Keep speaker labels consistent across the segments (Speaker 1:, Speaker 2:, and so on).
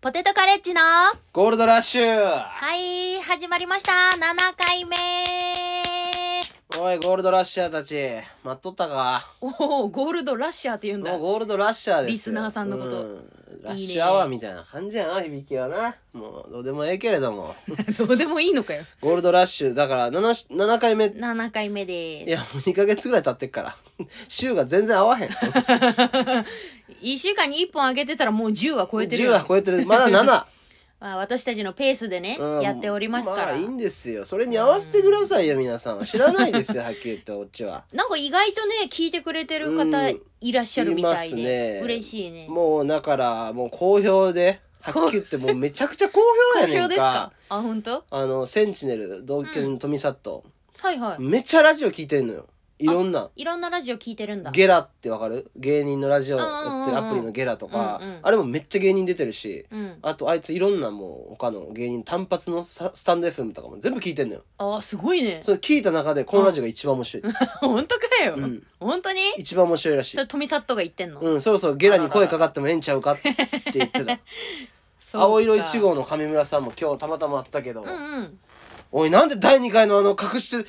Speaker 1: ポテトカレッジのは
Speaker 2: ゴールドラッシュ
Speaker 1: い始まりました7回目
Speaker 2: おいゴールドラッシャーたち待っとったか
Speaker 1: おおゴールドラッシャーって言うんだ
Speaker 2: もうゴールドラッシャーですよ
Speaker 1: リスナーさんのこと
Speaker 2: うんラッシュアワーみたいな感じやな響きはなもうどうでもええけれども
Speaker 1: どうでもいいのかよ
Speaker 2: ゴールドラッシュだから 7, 7回目い
Speaker 1: 7回目で
Speaker 2: やもう2ヶ月ぐらい経ってっから 週が全然合わへん
Speaker 1: す1週間に1本上げてたらもう10は超えてる
Speaker 2: 10
Speaker 1: よ
Speaker 2: は超えてるまだ7
Speaker 1: まあ、私たちのペースで ね、
Speaker 2: うん
Speaker 1: やっておりますから、
Speaker 2: まあいいんですよそれに合わせてくださいよ皆さんは知らないで すよはっきり言ってこっちは
Speaker 1: なんか意外とね聞いてくれてる方
Speaker 2: うん
Speaker 1: いらっしゃるみたいで、
Speaker 2: いますね
Speaker 1: 嬉しいね
Speaker 2: もうだからもう好評ではっきり言ってもうめちゃくちゃ好 評
Speaker 1: 好
Speaker 2: やねんか
Speaker 1: 評ですかあ本当
Speaker 2: あのセンチネル同居人の富里、
Speaker 1: はいはい、
Speaker 2: めっちゃラジオ聞いてんのよいろんない
Speaker 1: ろんなラジオ聞いてるんだ
Speaker 2: ゲラってわかる芸人のラジオやって
Speaker 1: うん
Speaker 2: る
Speaker 1: うんうんうん
Speaker 2: アプリのゲラとか、
Speaker 1: うんうん
Speaker 2: あれもめっちゃ芸人出てるし
Speaker 1: うん、
Speaker 2: あとあいついろんなもう他の芸人単発のさスタンド FM とかも全部聞いてんのよ
Speaker 1: あーすごいね
Speaker 2: それ聞いた中でこのラジオが一番面白い、
Speaker 1: 本当かよ、
Speaker 2: うん
Speaker 1: 本当に
Speaker 2: 一番面白いらしい
Speaker 1: それ富里が言ってんの、
Speaker 2: うんそろそろゲラに声かかってもええんちゃうかって 言ってた
Speaker 1: そうか
Speaker 2: 青色1号の上村さんも今日たまたまあったけど、
Speaker 1: うんうん
Speaker 2: おいなんで第2回のあの隠して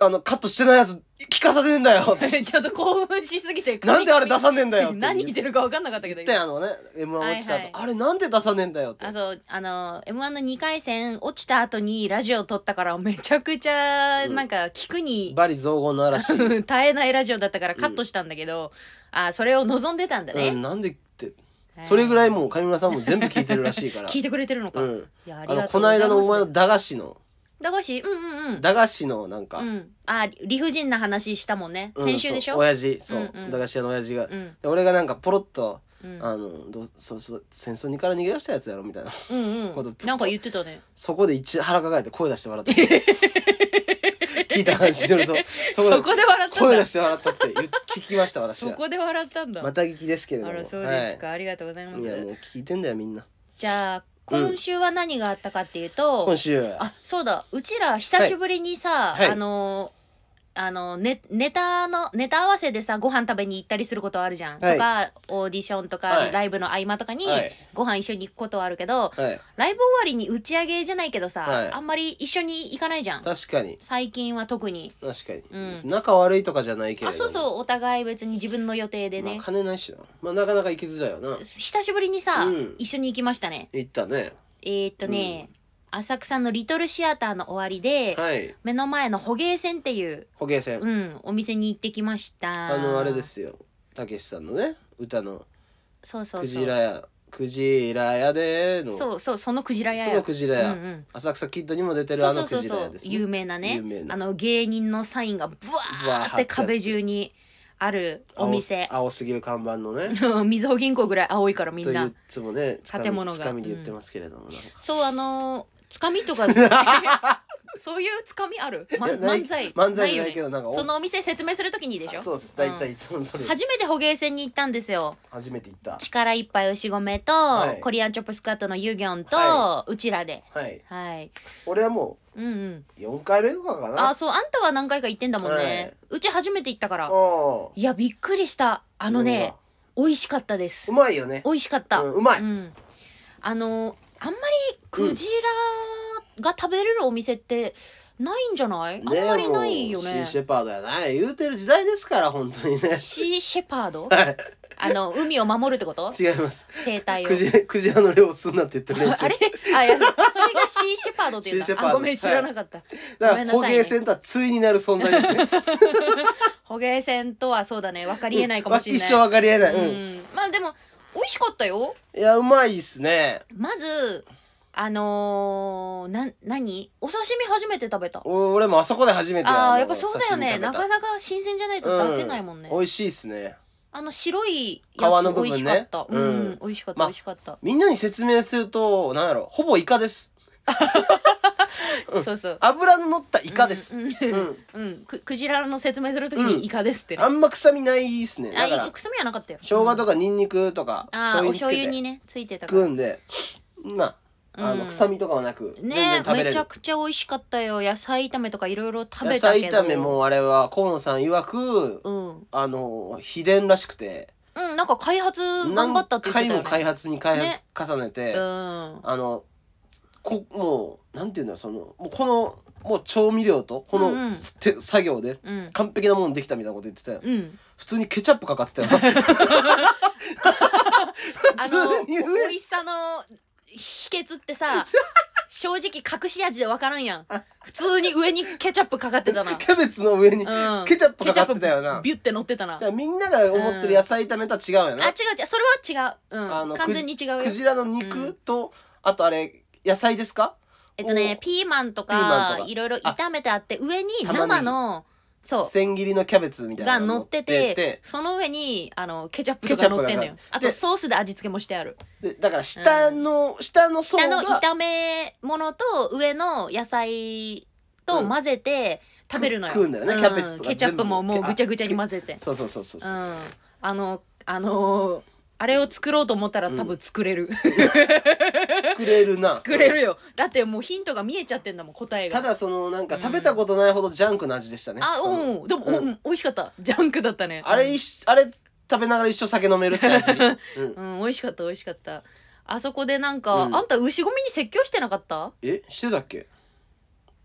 Speaker 2: あのカットしてないやつ聞かさねえんだよ
Speaker 1: ちょっと興奮しすぎて
Speaker 2: なんであれ出さねえんだよっ て
Speaker 1: 何言ってるか分かんなかったけど
Speaker 2: 言ったやんあのね m 1落ちた
Speaker 1: は
Speaker 2: 後、
Speaker 1: いはい
Speaker 2: あれなんで出さねえんだよって
Speaker 1: あそうあの m 1の2回戦落ちた後にラジオ撮ったからめちゃくちゃ
Speaker 2: うん
Speaker 1: なんか聞くに、
Speaker 2: バリ雑言の嵐、う
Speaker 1: 耐えないラジオだったからカットしたんだけど、あそれを望んでたんだね、
Speaker 2: ん、なんでってそれぐ
Speaker 1: い
Speaker 2: らいもう上村さんも全部聞いてるらしいか ら
Speaker 1: 聞いてくれてるのか、
Speaker 2: う
Speaker 1: い
Speaker 2: ん、
Speaker 1: やあ
Speaker 2: あ
Speaker 1: り
Speaker 2: の
Speaker 1: がと
Speaker 2: こ
Speaker 1: うご
Speaker 2: の
Speaker 1: ざいます
Speaker 2: 間のお前の駄菓子の
Speaker 1: 駄菓子うんうんうん
Speaker 2: 駄菓子のなんか、
Speaker 1: うん、あ理不尽な話したもんね、
Speaker 2: うん
Speaker 1: 先週でし
Speaker 2: そう
Speaker 1: ょ
Speaker 2: 親父そう、
Speaker 1: うんうん
Speaker 2: 駄菓子屋の親父が、
Speaker 1: う
Speaker 2: で
Speaker 1: ん
Speaker 2: 俺がなんかポロッと、
Speaker 1: うん
Speaker 2: あのどうそうそう戦争にから逃げ出したやつやろみたいな
Speaker 1: うんう
Speaker 2: こと
Speaker 1: んなんか言ってたね
Speaker 2: そこで一腹抱えて声出して笑った 聞いた話してると
Speaker 1: そ
Speaker 2: そこで
Speaker 1: こで笑ったん
Speaker 2: 声出
Speaker 1: だ
Speaker 2: して笑ったって言う聞きました私
Speaker 1: そ
Speaker 2: は
Speaker 1: こで笑ったんだ、
Speaker 2: また聞きですけれども
Speaker 1: あらそうですか、ありがとうございま
Speaker 2: いやも
Speaker 1: す
Speaker 2: う聞いてんだよみんな
Speaker 1: じゃあ今週は何があったかっていうと、
Speaker 2: 今週
Speaker 1: あそうだうちら久しぶりにさ、
Speaker 2: はい
Speaker 1: あのーあのネネタのネタ合わせでさご飯食べに行ったりすることあるじゃん、
Speaker 2: はい
Speaker 1: とかオーディションとか、
Speaker 2: はい
Speaker 1: ライブの合間とかに
Speaker 2: はい
Speaker 1: ご飯一緒に行くことはあるけど、
Speaker 2: はい
Speaker 1: ライブ終わりに打ち上げじゃないけどさ、
Speaker 2: はい
Speaker 1: あんまり一緒に行かないじゃん
Speaker 2: 確かに
Speaker 1: 最近は特に
Speaker 2: 確かに、
Speaker 1: うん
Speaker 2: 仲悪いとかじゃないけれ
Speaker 1: あ
Speaker 2: ども
Speaker 1: そうそうお互い別に自分の予定でね、
Speaker 2: まあ、金ないしな、まあ、なかなか行きづらいよな
Speaker 1: 久しぶりにさ、
Speaker 2: うん
Speaker 1: 一緒に行きましたね
Speaker 2: 行ったね
Speaker 1: えー、っとね、浅草のリトルシアターの終わりで、
Speaker 2: はい
Speaker 1: 目の前の捕鯨船っていう、
Speaker 2: 捕鯨船、
Speaker 1: うん、お店に行ってきました
Speaker 2: あのあれですよたけしさんのね歌の
Speaker 1: そうそう
Speaker 2: ク
Speaker 1: そ
Speaker 2: ジ
Speaker 1: う
Speaker 2: ラやクジラやでの
Speaker 1: そうそうそのクジラ屋
Speaker 2: そのクジラ
Speaker 1: う
Speaker 2: や、
Speaker 1: んうん
Speaker 2: 浅草キッドにも出てる
Speaker 1: そ
Speaker 2: あ
Speaker 1: うそ
Speaker 2: の
Speaker 1: うそ
Speaker 2: ク
Speaker 1: う
Speaker 2: ジ
Speaker 1: そ
Speaker 2: ラや
Speaker 1: う
Speaker 2: ですね
Speaker 1: 有名なね
Speaker 2: 有名な
Speaker 1: あの芸人のサインがブ
Speaker 2: ブワー
Speaker 1: ワ
Speaker 2: 貼っ
Speaker 1: ーっ
Speaker 2: てあって
Speaker 1: て壁中にあるお店
Speaker 2: 青青すぎる看板のね
Speaker 1: みずほ銀行ぐらい青いから み
Speaker 2: と
Speaker 1: ん
Speaker 2: い
Speaker 1: な
Speaker 2: うつもねつかみ
Speaker 1: 建物が
Speaker 2: つかみで言ってますけれども、なんか
Speaker 1: そうあのーつかみ とかそういうつかみある、ま、
Speaker 2: いやない
Speaker 1: 漫才
Speaker 2: 漫才
Speaker 1: ないよ
Speaker 2: ないけどなんかお
Speaker 1: そのお店説明するときにでし
Speaker 2: あ
Speaker 1: ょ
Speaker 2: そうです大体いつもそれ、
Speaker 1: 初めて捕鯨船に行ったんですよ
Speaker 2: 初めて行った
Speaker 1: 力いっぱい牛込と、
Speaker 2: はい
Speaker 1: コリアンチョップスカートのユギョンと、
Speaker 2: は
Speaker 1: うちらで
Speaker 2: はい
Speaker 1: はい
Speaker 2: 俺はも
Speaker 1: うんうん
Speaker 2: う4回目とかかな
Speaker 1: あそうあんたは何回か行ってんだもんね、
Speaker 2: はいう
Speaker 1: ち初めて行ったから
Speaker 2: うん
Speaker 1: いやびっくりしたあのね美味しかったで
Speaker 2: う
Speaker 1: す
Speaker 2: まいよね
Speaker 1: 美味しかった、
Speaker 2: うんうまい
Speaker 1: うん、あのあんまりクジラが食べれるお店ってないんじゃない、
Speaker 2: ね
Speaker 1: あんまりないよ
Speaker 2: もうシ
Speaker 1: ね
Speaker 2: ーシェパードやな言うてる時代ですから本当にね
Speaker 1: シーシェパード
Speaker 2: はい
Speaker 1: あの海を守るってこと
Speaker 2: 違います
Speaker 1: 生態を
Speaker 2: クジラクジラの漁すんなって言ってる連
Speaker 1: あ
Speaker 2: 中
Speaker 1: あ
Speaker 2: で
Speaker 1: れ
Speaker 2: す
Speaker 1: あいやそれがシーシェパードって言うん
Speaker 2: シーシェ
Speaker 1: だ
Speaker 2: パード
Speaker 1: あごめ
Speaker 2: は
Speaker 1: ん
Speaker 2: い
Speaker 1: 知らなかった
Speaker 2: だ
Speaker 1: ご
Speaker 2: か
Speaker 1: めん
Speaker 2: ら
Speaker 1: なさい
Speaker 2: 捕
Speaker 1: ね
Speaker 2: 鯨船とは対になる存在ですね
Speaker 1: 捕鯨船とはそうだね分かりえないかもしれない、
Speaker 2: 一生わかりえない、うん
Speaker 1: うんまあでも美味しかったよ
Speaker 2: いやうまいっすね
Speaker 1: まずあのー、な何お刺身初めて食べた
Speaker 2: お俺もあそこで初めて
Speaker 1: あ
Speaker 2: の
Speaker 1: ーやっぱそうだよね
Speaker 2: 刺身
Speaker 1: な
Speaker 2: 食べ
Speaker 1: か
Speaker 2: た
Speaker 1: なか新鮮じゃないと出せないもんね、
Speaker 2: 美味しいっすね
Speaker 1: あの白い
Speaker 2: 皮
Speaker 1: やつ
Speaker 2: の部
Speaker 1: 美味
Speaker 2: 分
Speaker 1: し
Speaker 2: ね
Speaker 1: かった、う
Speaker 2: うん
Speaker 1: ん美味しかった、
Speaker 2: ま
Speaker 1: 美味しかった、
Speaker 2: みんなに説明するとなんやろほぼイカですうん
Speaker 1: そうそう
Speaker 2: 油の乗ったイカです、
Speaker 1: うん、
Speaker 2: うん
Speaker 1: うんうんくクジラの説明するとき
Speaker 2: うん
Speaker 1: にイカですってね、
Speaker 2: あんま臭みないっすねだか
Speaker 1: あい
Speaker 2: ら
Speaker 1: くすみはなかったよ
Speaker 2: 生姜と
Speaker 1: か、
Speaker 2: かニンニクとか、
Speaker 1: うんあーお
Speaker 2: 醤
Speaker 1: 醤
Speaker 2: 油
Speaker 1: 油
Speaker 2: に
Speaker 1: に
Speaker 2: つ
Speaker 1: ねつい
Speaker 2: けて
Speaker 1: てたか
Speaker 2: 食う
Speaker 1: ら
Speaker 2: んでまああの
Speaker 1: うん
Speaker 2: 臭みとかはなく、全
Speaker 1: ね
Speaker 2: 然食べれ
Speaker 1: めちゃ
Speaker 2: る
Speaker 1: くちゃ美味しかったよ野菜炒めとかいろいろ食
Speaker 2: 野
Speaker 1: べたけ
Speaker 2: 菜
Speaker 1: ど
Speaker 2: 炒めもあれは河野さん曰く
Speaker 1: うん
Speaker 2: あの秘伝らしくて
Speaker 1: うんなんか開発頑張ったって言ってたよ
Speaker 2: 何回も
Speaker 1: ね
Speaker 2: 開発に開
Speaker 1: ね
Speaker 2: 発重ねて、
Speaker 1: うん
Speaker 2: あのこもうなんていうんだろうそのもうこのもう調味料とこの、
Speaker 1: うんうん
Speaker 2: 手作業で
Speaker 1: うん
Speaker 2: 完璧なものできたみたいなこと言ってたよ
Speaker 1: うん
Speaker 2: 普通にケチャップかか ってたよ普
Speaker 1: あの
Speaker 2: 通に
Speaker 1: お美
Speaker 2: 上
Speaker 1: 味しさの秘訣って さ正直隠し味で分からんやん普通に上にケチャップかかって たな、
Speaker 2: キャベツの上に
Speaker 1: うん、
Speaker 2: ケチャップかかってたよな
Speaker 1: ケチャップビュって乗ってたなあ
Speaker 2: じゃあみんなが思ってる野菜炒めとは違うよ
Speaker 1: 違う
Speaker 2: な、
Speaker 1: 違うそれは違う、うん、
Speaker 2: あの
Speaker 1: 完全に違うよ
Speaker 2: クジラの
Speaker 1: う
Speaker 2: 肉
Speaker 1: ん
Speaker 2: と、あとあれ野菜ですか
Speaker 1: えっとねピーマンと
Speaker 2: ピーマ
Speaker 1: か
Speaker 2: ンとか
Speaker 1: いろいろ炒めてあって上に
Speaker 2: 玉ねぎ
Speaker 1: 生のそう
Speaker 2: 千切りのキャベツみたいな
Speaker 1: が
Speaker 2: の
Speaker 1: 乗っててその上にあのケチャップと
Speaker 2: ケチ
Speaker 1: か
Speaker 2: ャ
Speaker 1: 乗
Speaker 2: ップ
Speaker 1: っ
Speaker 2: が
Speaker 1: てんのよあと
Speaker 2: で
Speaker 1: ソースで味付けもしてある
Speaker 2: でだから下の、下の層
Speaker 1: 下の
Speaker 2: が
Speaker 1: 炒め物と上の野菜と混ぜて食べるのよ、
Speaker 2: 食うんだよね
Speaker 1: うん
Speaker 2: キャベツとか全部
Speaker 1: ケチャップももうぐちゃぐちゃに混ぜて
Speaker 2: そうそうそうそう
Speaker 1: う
Speaker 2: そ
Speaker 1: ん
Speaker 2: う、
Speaker 1: あのあのーあれを作ろうと思ったら多分作れる、
Speaker 2: 作れ るな
Speaker 1: 作れるよだってもうヒントが見えちゃってんだもん答えが
Speaker 2: ただそのなんか食べたことないほどジャンクな味でしたね、
Speaker 1: あ
Speaker 2: その
Speaker 1: うんでも、お
Speaker 2: う
Speaker 1: うん美味しかったジャンクだったね
Speaker 2: あれ
Speaker 1: い
Speaker 2: 一あれ食べながら一生酒飲めるって味、うん、
Speaker 1: うん美味しかった美味しかったあそこでなんか、
Speaker 2: うん
Speaker 1: あんた牛込みに説教してなかった
Speaker 2: えしてたっけ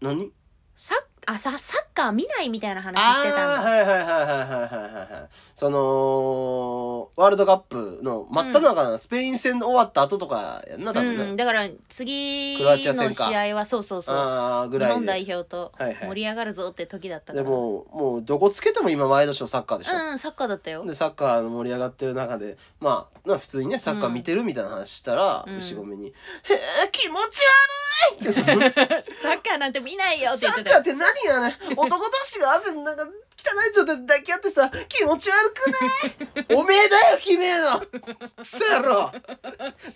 Speaker 2: 何
Speaker 1: サッあさサッカー見ないみたいな話してた
Speaker 2: あ
Speaker 1: ん
Speaker 2: ー
Speaker 1: だ
Speaker 2: はいはいはいはいはいはいはいそのワールドカップの真った中な、スペイン戦終わった後とかやんな多分ね、
Speaker 1: うん、だから次
Speaker 2: クロアチア戦
Speaker 1: の
Speaker 2: か
Speaker 1: 試合はそうそうそう
Speaker 2: ああぐ
Speaker 1: 日
Speaker 2: らい
Speaker 1: 本
Speaker 2: で
Speaker 1: 代表と
Speaker 2: はいはい
Speaker 1: 盛り上がるぞって時だったか
Speaker 2: で
Speaker 1: ら、
Speaker 2: もうもうどこつけても今ワイドショーサッカーでしょ、
Speaker 1: うんサッカーだったよ
Speaker 2: でサッカーの盛り上がってる中でまあまあ普通にねサッカー見てるみたいな話したら、
Speaker 1: うん
Speaker 2: 牛込みに「へえ気持ち悪い!」ってその
Speaker 1: サッカーなんて見ないよって言
Speaker 2: サ
Speaker 1: って
Speaker 2: ッ
Speaker 1: た
Speaker 2: カー
Speaker 1: よ
Speaker 2: って何 やね男同士が汗なんか汚い状態で抱き合ってさ気持ち悪くないおめえだよキメえのクソ野郎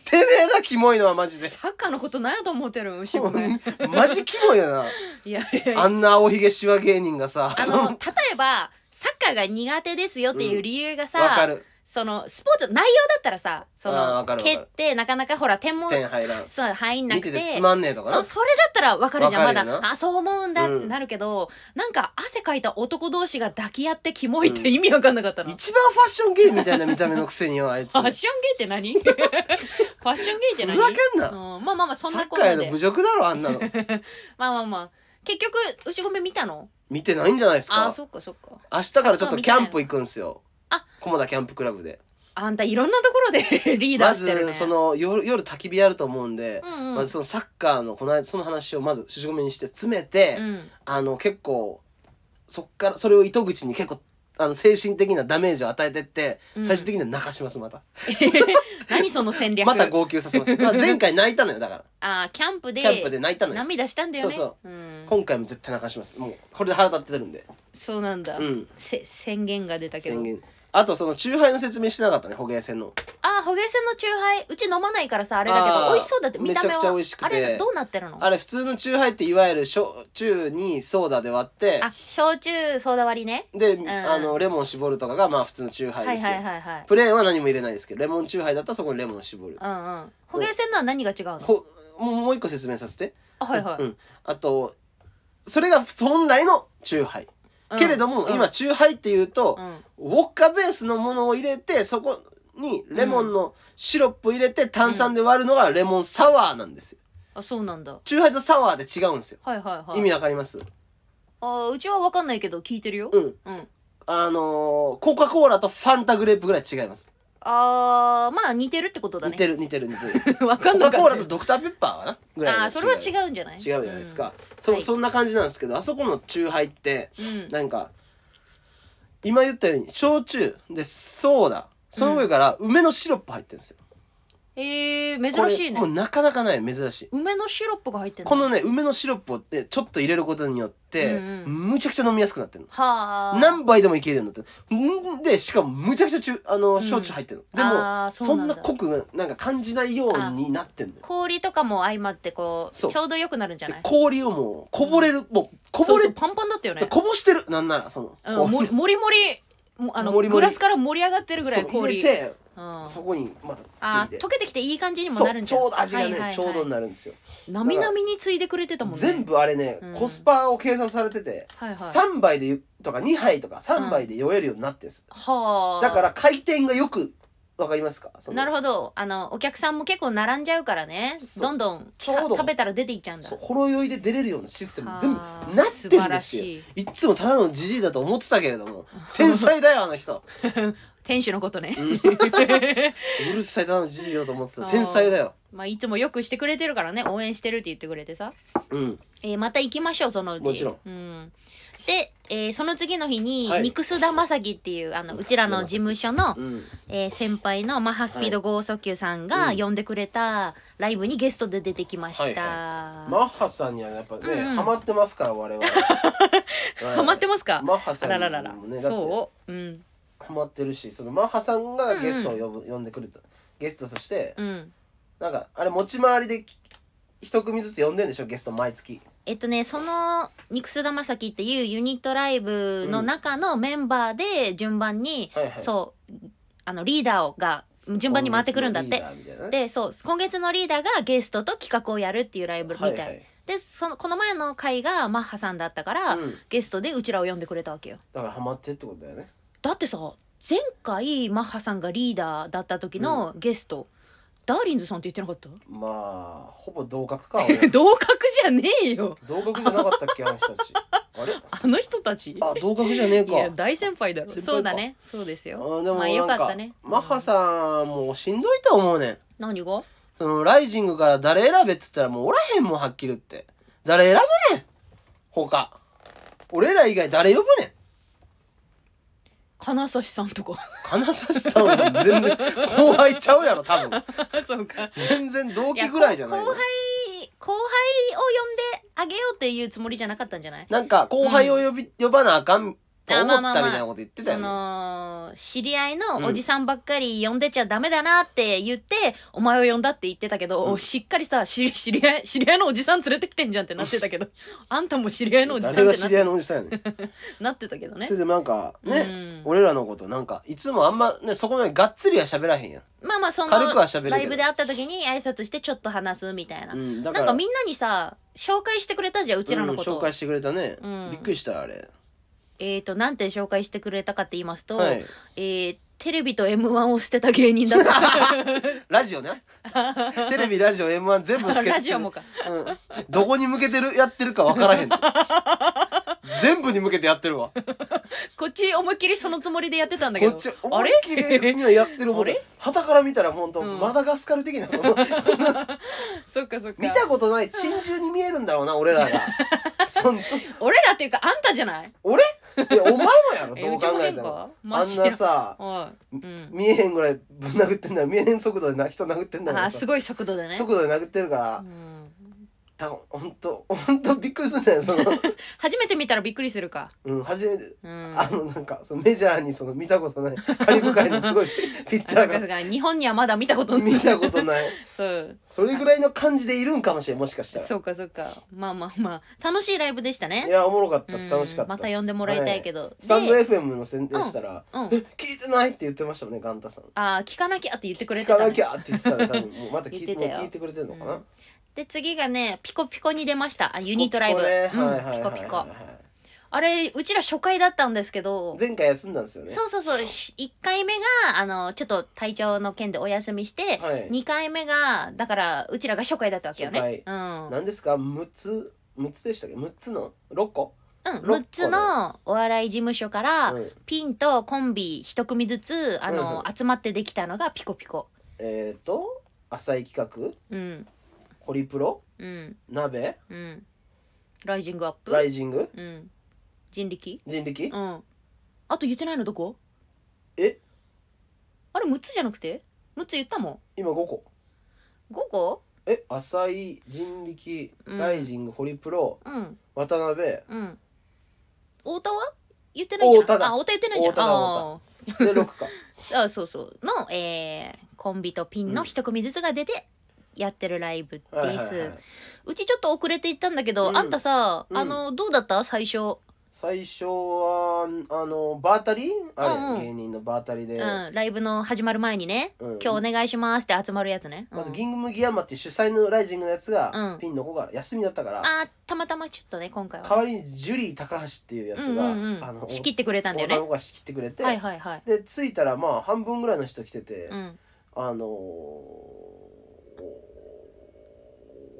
Speaker 2: てめえだキモいのはマジで
Speaker 1: サッカーのことなんやと思ってるん牛込み
Speaker 2: マジキモいよない
Speaker 1: やいやいや
Speaker 2: あんな青ひげシワ芸人がさ
Speaker 1: あの例えばサッカーが苦手ですよっていう理由がさ、
Speaker 2: わかる
Speaker 1: そのスポーツ内容だったらさそ
Speaker 2: あーわ
Speaker 1: の
Speaker 2: かるわか
Speaker 1: 蹴
Speaker 2: る
Speaker 1: ってなかなかほら点も
Speaker 2: 点入らん
Speaker 1: そう入んな
Speaker 2: 見
Speaker 1: く
Speaker 2: て
Speaker 1: て
Speaker 2: てつまんねえとか
Speaker 1: そう
Speaker 2: な
Speaker 1: それだったらわかるじゃん
Speaker 2: わ
Speaker 1: ま
Speaker 2: かるよな
Speaker 1: だあそう思うんだってなるけど、なんか汗かいた男同士が抱き合ってキモいって意味わかんなかったな、
Speaker 2: 一番ファッションゲーみたいな見た目のくせによあいつ
Speaker 1: フ
Speaker 2: ふ
Speaker 1: ァッ
Speaker 2: ざ
Speaker 1: ションゲーって何 ファッションゲーって
Speaker 2: け
Speaker 1: 何
Speaker 2: んな
Speaker 1: うんまあまあまあそん
Speaker 2: サ
Speaker 1: な
Speaker 2: ッ
Speaker 1: こ
Speaker 2: カーへ
Speaker 1: と
Speaker 2: の
Speaker 1: で
Speaker 2: 侮辱だろあんなの
Speaker 1: まあまあまあ結局牛込見たの
Speaker 2: 見てないんじゃないです
Speaker 1: あー
Speaker 2: か
Speaker 1: そっかそっか
Speaker 2: 明日からちょっとキャンプ行くんすよ
Speaker 1: あ
Speaker 2: 駒田キャンプクラブで
Speaker 1: あんたいろんなところで リーダ
Speaker 2: ま
Speaker 1: ーしてるね
Speaker 2: ずその夜夜焚き火やると思うんで、
Speaker 1: うんうん、
Speaker 2: まずそのサッカーのこの間その話をまず主めにして詰めて、
Speaker 1: うん
Speaker 2: あの結構そっからそれを糸口に結構あの精神的なダメージを与えてって、
Speaker 1: うん
Speaker 2: 最終的には泣かしますまた
Speaker 1: 何その戦略
Speaker 2: また号泣さ せます、まあ、前回泣いたのよだから
Speaker 1: あーキャンプで
Speaker 2: キャンプで泣いたのよ
Speaker 1: 涙したんだよね
Speaker 2: そう
Speaker 1: そうん、
Speaker 2: 今回も絶対泣かしますもうこれで腹立ってるんで
Speaker 1: そうなんだ、
Speaker 2: うん
Speaker 1: せ宣言が出たけど
Speaker 2: 宣言あとその酎ハイの説明してなかったね捕鯨船の
Speaker 1: あー捕鯨船のチューハイうち飲まないからさあれだけ
Speaker 2: あー
Speaker 1: ど美味しそうだって見た目は
Speaker 2: めちゃくちゃ美味しくて
Speaker 1: あれどうなってるの
Speaker 2: あれ普通の酎ハイっていわゆる焼酎にソーダで割って
Speaker 1: あ焼酎ソーダ割りね
Speaker 2: で、
Speaker 1: ん
Speaker 2: あのレモン絞るとかがまあ普通の酎ハ
Speaker 1: は
Speaker 2: イ
Speaker 1: い
Speaker 2: で
Speaker 1: は
Speaker 2: す
Speaker 1: い
Speaker 2: よ、
Speaker 1: はいはい
Speaker 2: プレーンは何も入れないですけどレモン酎ハイだったらそこにレモン絞る
Speaker 1: うんうん捕鯨船のは何が違うの
Speaker 2: ほもうもう一個説明させて
Speaker 1: あはいはい、
Speaker 2: うん、あとそれが本来の酎ハイ、
Speaker 1: うん
Speaker 2: けれども、
Speaker 1: うん
Speaker 2: 今酎ハイっていうと
Speaker 1: う、ん
Speaker 2: ウォッカベースのものを入れてそこにレモンのシロップ入れて炭酸で割るのがレモンサワーなんですよ
Speaker 1: あそうなんだ
Speaker 2: 酎ハイとサワーで違うんですよ
Speaker 1: はいはいはい
Speaker 2: 意味わかります
Speaker 1: あーうちは分かんないけど聞いてるよ
Speaker 2: うん
Speaker 1: うん
Speaker 2: あのーコカ・コーラとファンタグレープぐらい違います
Speaker 1: あーまあ似てるってことだ
Speaker 2: 似
Speaker 1: ね
Speaker 2: て
Speaker 1: る
Speaker 2: る似てる似てる
Speaker 1: 分か
Speaker 2: コ
Speaker 1: んな
Speaker 2: カ・
Speaker 1: か
Speaker 2: コーラ
Speaker 1: っ
Speaker 2: とドクターペッパーかなぐらい
Speaker 1: たあーそれは違
Speaker 2: う
Speaker 1: うんじゃない
Speaker 2: 違うじゃないですか、そ
Speaker 1: はい
Speaker 2: そんな感じなんですけどあそこの酎ハイって
Speaker 1: うん、うん
Speaker 2: なんか今言ったように焼酎でソーダその上から梅のシロップ入ってるんですよ、
Speaker 1: えー、珍しいね
Speaker 2: これもうなかなかない珍しい
Speaker 1: 梅のシロップが入ってる
Speaker 2: このね梅のシロップをってちょっと入れることによって、
Speaker 1: うんう
Speaker 2: むちゃくちゃ飲みやすくなってるの
Speaker 1: はあ
Speaker 2: 何杯でもいけるようになってるんでしかもむちゃくちゃ中あの
Speaker 1: ん
Speaker 2: 焼酎入ってるの、で
Speaker 1: あ
Speaker 2: も
Speaker 1: ー
Speaker 2: そ
Speaker 1: そうんなんだ
Speaker 2: な濃くなんか感じないようになってんのよ
Speaker 1: 氷とかも相まってこう
Speaker 2: そう
Speaker 1: ちょうどよくなるんじゃ
Speaker 2: で
Speaker 1: ない
Speaker 2: 氷をもうこぼれる、もうこぼ
Speaker 1: そう
Speaker 2: れ
Speaker 1: そうパンパンだったよね
Speaker 2: でこぼしてるなんならその、
Speaker 1: うん
Speaker 2: こう
Speaker 1: もりもりもりもあの
Speaker 2: もりも
Speaker 1: グ
Speaker 2: り
Speaker 1: ラスから盛り上がってるぐらい
Speaker 2: そう入
Speaker 1: 氷
Speaker 2: れて、
Speaker 1: うん、
Speaker 2: そこにまた
Speaker 1: あ
Speaker 2: ついて
Speaker 1: 溶けてきていい感じにも
Speaker 2: そ
Speaker 1: なる
Speaker 2: うんち
Speaker 1: じゃん
Speaker 2: ょうど味がね、
Speaker 1: はいはいはい
Speaker 2: ちょうどになるんですよ
Speaker 1: なみなみについでくれてたもんね
Speaker 2: 全部あれね、
Speaker 1: うん
Speaker 2: コスパを計算されてて、
Speaker 1: はいはい
Speaker 2: 3杯でとか2杯とか3杯で酔えるようになってんです、
Speaker 1: はあ
Speaker 2: だから回転がよくわかりますかその
Speaker 1: なるほどあのお客さんも結構並んじゃうからね
Speaker 2: そう
Speaker 1: どんどん
Speaker 2: ちょうど
Speaker 1: た食べたら出ていっちゃうんだ
Speaker 2: そうほろ酔いで出れるようなシステム
Speaker 1: はあ
Speaker 2: 全部なってんですよ
Speaker 1: い
Speaker 2: いっつもただのじじいだと思ってたけれども天才だよあの人
Speaker 1: 店主のこと ね
Speaker 2: うるさいただのじじいだと思ってた
Speaker 1: あー
Speaker 2: 天才だよ
Speaker 1: まあいつもよくしてくれてるからね応援してるって言ってくれてさ、
Speaker 2: うん
Speaker 1: えーまた行きましょうそのうち
Speaker 2: もちろん、
Speaker 1: うん、で、えーその次の日に、
Speaker 2: はい
Speaker 1: 肉須田正樹っていうあのうちらの事務所の
Speaker 2: う、ん
Speaker 1: えー先輩のマッハスピード剛速球さん
Speaker 2: は
Speaker 1: が
Speaker 2: い
Speaker 1: 呼んでくれたライブにゲストで出てきました、
Speaker 2: マッハさんにはやっぱね、
Speaker 1: うんうん
Speaker 2: ハマってますから我々
Speaker 1: ハマって
Speaker 2: ま
Speaker 1: ますか、
Speaker 2: マッハさ
Speaker 1: あ
Speaker 2: んに
Speaker 1: ら
Speaker 2: も
Speaker 1: ら
Speaker 2: ね
Speaker 1: らら、
Speaker 2: だって
Speaker 1: そううん
Speaker 2: ハマってるしそのマッハさんがゲストを呼ぶ、呼んでくれたゲストとして、
Speaker 1: うん
Speaker 2: なんかあれ持ち回りでき一組ずつ呼んでんでしょゲスト毎月
Speaker 1: えっとねその肉須田正樹っていうユニットライブの中のメンバーで順番に、
Speaker 2: はいはい
Speaker 1: そうあのリーダーをが順番に回ってくるんだっ
Speaker 2: 今
Speaker 1: て
Speaker 2: 月のリーダーみたいなね
Speaker 1: でそう今月のリーダーがゲストと企画をやるっていうライブみたい、
Speaker 2: はいはい
Speaker 1: でそのこの前の回がマッハさんだったから、
Speaker 2: うん
Speaker 1: ゲストでうちらを呼んでくれたわけよ
Speaker 2: だからハマってってことだよね
Speaker 1: だってさ前回マッハさんがリーダーだった時のゲスト、ダーリンズさんって言ってなかった
Speaker 2: まあほぼ同格か俺
Speaker 1: 同格じゃねえよ
Speaker 2: 同格じゃなかったっけあの人たちあれ
Speaker 1: あの人たち
Speaker 2: あ同格じゃね
Speaker 1: い
Speaker 2: え
Speaker 1: や
Speaker 2: か
Speaker 1: 大先輩だろ
Speaker 2: 先輩か
Speaker 1: そうだねそうです
Speaker 2: あ
Speaker 1: よ
Speaker 2: ーでも
Speaker 1: まあ
Speaker 2: なん
Speaker 1: よかっ
Speaker 2: か
Speaker 1: たね
Speaker 2: マッハさんもうしんどいと思うねん
Speaker 1: 何が
Speaker 2: そのライジングから誰選べっつったらもうおらへんもんはっきり言って誰選ぶねん他俺ら以外誰呼ぶねん
Speaker 1: 金指さんとか
Speaker 2: 金指さんは全然後輩ちゃうやろ多分
Speaker 1: そうか
Speaker 2: 全然同
Speaker 1: い
Speaker 2: 期
Speaker 1: や
Speaker 2: ぐらいじゃないの
Speaker 1: 後輩後輩を呼んであげようっていうつもりじゃなかったんじゃない
Speaker 2: なんか後輩を呼び、呼ばなあかんと思
Speaker 1: あ
Speaker 2: っ
Speaker 1: ま
Speaker 2: た
Speaker 1: あ
Speaker 2: み
Speaker 1: まあ
Speaker 2: た
Speaker 1: まあ
Speaker 2: いなこと言ってた
Speaker 1: そ
Speaker 2: よね、
Speaker 1: の知り合いのおじさんばっかり呼んでちゃダメだなって言って、お前を呼んだって言ってたけど、
Speaker 2: うん
Speaker 1: しっかりさ知り知り合い知り合いのおじさん連れてきてんじゃんってなってたけどあんたも知り合いのおじさんって
Speaker 2: 誰
Speaker 1: な
Speaker 2: が知り合いのおじさんやねん
Speaker 1: なってたけどね
Speaker 2: それでなんかね、
Speaker 1: うん
Speaker 2: 俺らのことなんかいつもあんまねそこまでがっつりは喋らへんやん、
Speaker 1: まあまあその
Speaker 2: 軽くは喋るけど
Speaker 1: ライブで会った時に挨拶してちょっと話すみたいな、
Speaker 2: うん、だ
Speaker 1: なんかみんなにさ紹介してくれたじゃんうちらのこと、
Speaker 2: うん紹介してくれたね、
Speaker 1: うん
Speaker 2: びっくりしたあれ
Speaker 1: えっ、ー、となんて紹介してくれたかって言いますと、
Speaker 2: はい
Speaker 1: えーテレビと m 1を捨てた芸人だった
Speaker 2: ラジ オねテレビラジオ m 1全部スケ
Speaker 1: ラジオもか
Speaker 2: うん、どこに向けてるやってるか分からへ んの全部に向けてやってるわ
Speaker 1: こっち思いっきりそのつもりでやってたんだけ
Speaker 2: こ
Speaker 1: ど
Speaker 2: っち
Speaker 1: あ
Speaker 2: 思い
Speaker 1: れ
Speaker 2: っきりにはやってるほ
Speaker 1: あ
Speaker 2: ど
Speaker 1: れ
Speaker 2: 旗から見たら本当、
Speaker 1: うん
Speaker 2: マダガスカル的なその
Speaker 1: そっかそっか
Speaker 2: 見たことない珍獣に見えるんだろうな俺 らがそん
Speaker 1: 俺らっていうかあんたじゃない
Speaker 2: 俺いやお前もやろ
Speaker 1: え
Speaker 2: ど
Speaker 1: う
Speaker 2: う
Speaker 1: ち
Speaker 2: 考
Speaker 1: も
Speaker 2: え
Speaker 1: 変
Speaker 2: たら
Speaker 1: か
Speaker 2: あ
Speaker 1: マ
Speaker 2: ん
Speaker 1: ジ
Speaker 2: な
Speaker 1: や
Speaker 2: さ
Speaker 1: おいうん
Speaker 2: 見えへんぐらいぶん殴ってんだ見えへん速度でな人殴ってんだか
Speaker 1: あ
Speaker 2: ら
Speaker 1: す
Speaker 2: さ
Speaker 1: ごい速度だね
Speaker 2: 速度で殴ってるか
Speaker 1: う
Speaker 2: ら
Speaker 1: ん
Speaker 2: 多分ほんとほんとびっくりするんじゃないそ の、
Speaker 1: 初めて見たらびっくりするか
Speaker 2: うん、初めて
Speaker 1: うん
Speaker 2: あのなんかそのメジャーにその見たことないカリブ海のす ごいピッチャ
Speaker 1: そっかそ
Speaker 2: ー
Speaker 1: っか日本にはまだ見たこと
Speaker 2: が
Speaker 1: ない
Speaker 2: 見たことない
Speaker 1: そう
Speaker 2: それぐらいの感じでいるんかもしれんもしかしたら
Speaker 1: そうかそうかまあまあまあ楽しいライブでした
Speaker 2: い
Speaker 1: ね
Speaker 2: やおもろかった
Speaker 1: う
Speaker 2: っ
Speaker 1: ん
Speaker 2: す楽しかった
Speaker 1: また呼んでもらいたいけ
Speaker 2: ど
Speaker 1: ど、
Speaker 2: スタンド
Speaker 1: で
Speaker 2: FM の宣伝したら「
Speaker 1: うん
Speaker 2: え聞いてない!」って言ってましたもんねガンタさん。
Speaker 1: あー聞かなきゃって言ってくれ
Speaker 2: 聞
Speaker 1: てた
Speaker 2: か
Speaker 1: ね、
Speaker 2: なきゃって言ってたね多分もうまた聞い
Speaker 1: 言ってたよ
Speaker 2: もう聞いてくれてるのかな、
Speaker 1: うんで次がねピコピコに出ましたあユニットライブ
Speaker 2: ピコピコね、
Speaker 1: うん
Speaker 2: はいはいはいはい
Speaker 1: ピコピコあれうちら初回だったんですけど
Speaker 2: 前回休んだんですよね
Speaker 1: そうそうそう1回目があのちょっと体調の件でお休みして、
Speaker 2: はい
Speaker 1: 2回目がだからうちらが初回だったわけよね
Speaker 2: 初
Speaker 1: うん、うん、
Speaker 2: 何ですか6つ6つでしたっけ6つの6個、
Speaker 1: 6つのお笑い事務所から、
Speaker 2: うん
Speaker 1: ピンとコンビ1組ずつあの、
Speaker 2: うん
Speaker 1: 集まってできたのがピコピコ
Speaker 2: えっ、ー、と浅い企画
Speaker 1: うん
Speaker 2: ホリプロ
Speaker 1: うん
Speaker 2: 鍋
Speaker 1: うんライジングアップ
Speaker 2: ライジング
Speaker 1: うん人力
Speaker 2: 人力、
Speaker 1: うんあと言ってないのどこ
Speaker 2: え
Speaker 1: あれ6つじゃなくて6つ言ったも
Speaker 2: 今5個
Speaker 1: ん5個
Speaker 2: え浅い人力
Speaker 1: うん
Speaker 2: ライジングホリプロ
Speaker 1: うん
Speaker 2: 渡辺で
Speaker 1: うん。太田は言ってないじゃん。
Speaker 2: 太田だ
Speaker 1: あ、太田言ってないじゃん。
Speaker 2: 太田だ
Speaker 1: あ
Speaker 2: 6か
Speaker 1: ーあ、そうそう。の、えー、コンビとピンの一組ずつが出てやってるライブ
Speaker 2: は
Speaker 1: で
Speaker 2: いはいはい
Speaker 1: す。うちちょっと遅れて行ったんだけど、
Speaker 2: うん
Speaker 1: あんたさ、
Speaker 2: うん
Speaker 1: あの、どうだった最初。
Speaker 2: 最初はあのバータリーあれ、
Speaker 1: うんうん
Speaker 2: 芸人のバータリーで、
Speaker 1: うん、ライブの始まる前にね、
Speaker 2: うん
Speaker 1: 今日お願いしますって集まるやつね。うん
Speaker 2: まずギングムギヤマっていう主催のライジングのやつが、
Speaker 1: うん
Speaker 2: ピンの子が休みだったから
Speaker 1: あーたまたまちょっとね今回は
Speaker 2: 代
Speaker 1: ね。
Speaker 2: わりにジュリー高橋っていうや
Speaker 1: うん
Speaker 2: つ
Speaker 1: う
Speaker 2: が、
Speaker 1: ん
Speaker 2: あ
Speaker 1: う
Speaker 2: の
Speaker 1: ん。仕切ってくれたんだよ
Speaker 2: 太田の
Speaker 1: ね。
Speaker 2: 子が仕切ってくれて、
Speaker 1: はいはいはい。
Speaker 2: で着いたらまあ半分ぐらいの人来てて、
Speaker 1: うん。
Speaker 2: あのー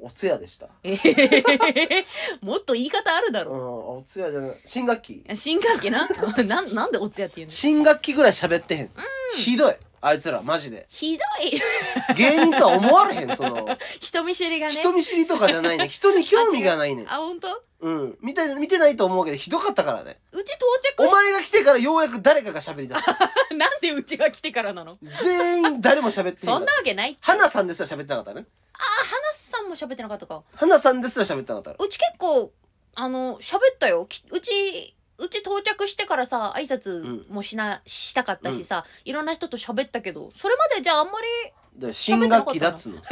Speaker 2: お通夜でした。
Speaker 1: えへへへへもっと言い方あるだ
Speaker 2: うん、
Speaker 1: ろ。
Speaker 2: お通夜じゃない新学期
Speaker 1: 新学期な。 なんなんでおつやって言うの。
Speaker 2: 新学期ぐらい喋ってへん、ひどいあいつらマジで
Speaker 1: ひどい
Speaker 2: 芸人とは思われへんその、
Speaker 1: 人見知りがね。
Speaker 2: 人見知りとかじゃないね人に興味がないね
Speaker 1: あ本当？
Speaker 2: うん見て見てないと思うけどひどかったからね
Speaker 1: うち到
Speaker 2: お
Speaker 1: 着し
Speaker 2: 前が来てからようやく誰かが喋りだした
Speaker 1: た。 なんでうちが来てからなの。
Speaker 2: 全員誰も喋ってへん
Speaker 1: そ
Speaker 2: か
Speaker 1: ん
Speaker 2: ら
Speaker 1: なわけない。
Speaker 2: 花さんですら喋ってなかったね
Speaker 1: 花さんも喋ってなかったか。
Speaker 2: 花さんですら喋ってなかった
Speaker 1: うち結構あの喋ったよきうちうち到着してからさ挨拶もしな、したかったしさ、いろんな人と喋ったけどそれまでじゃああんまり
Speaker 2: で新学期だっつうの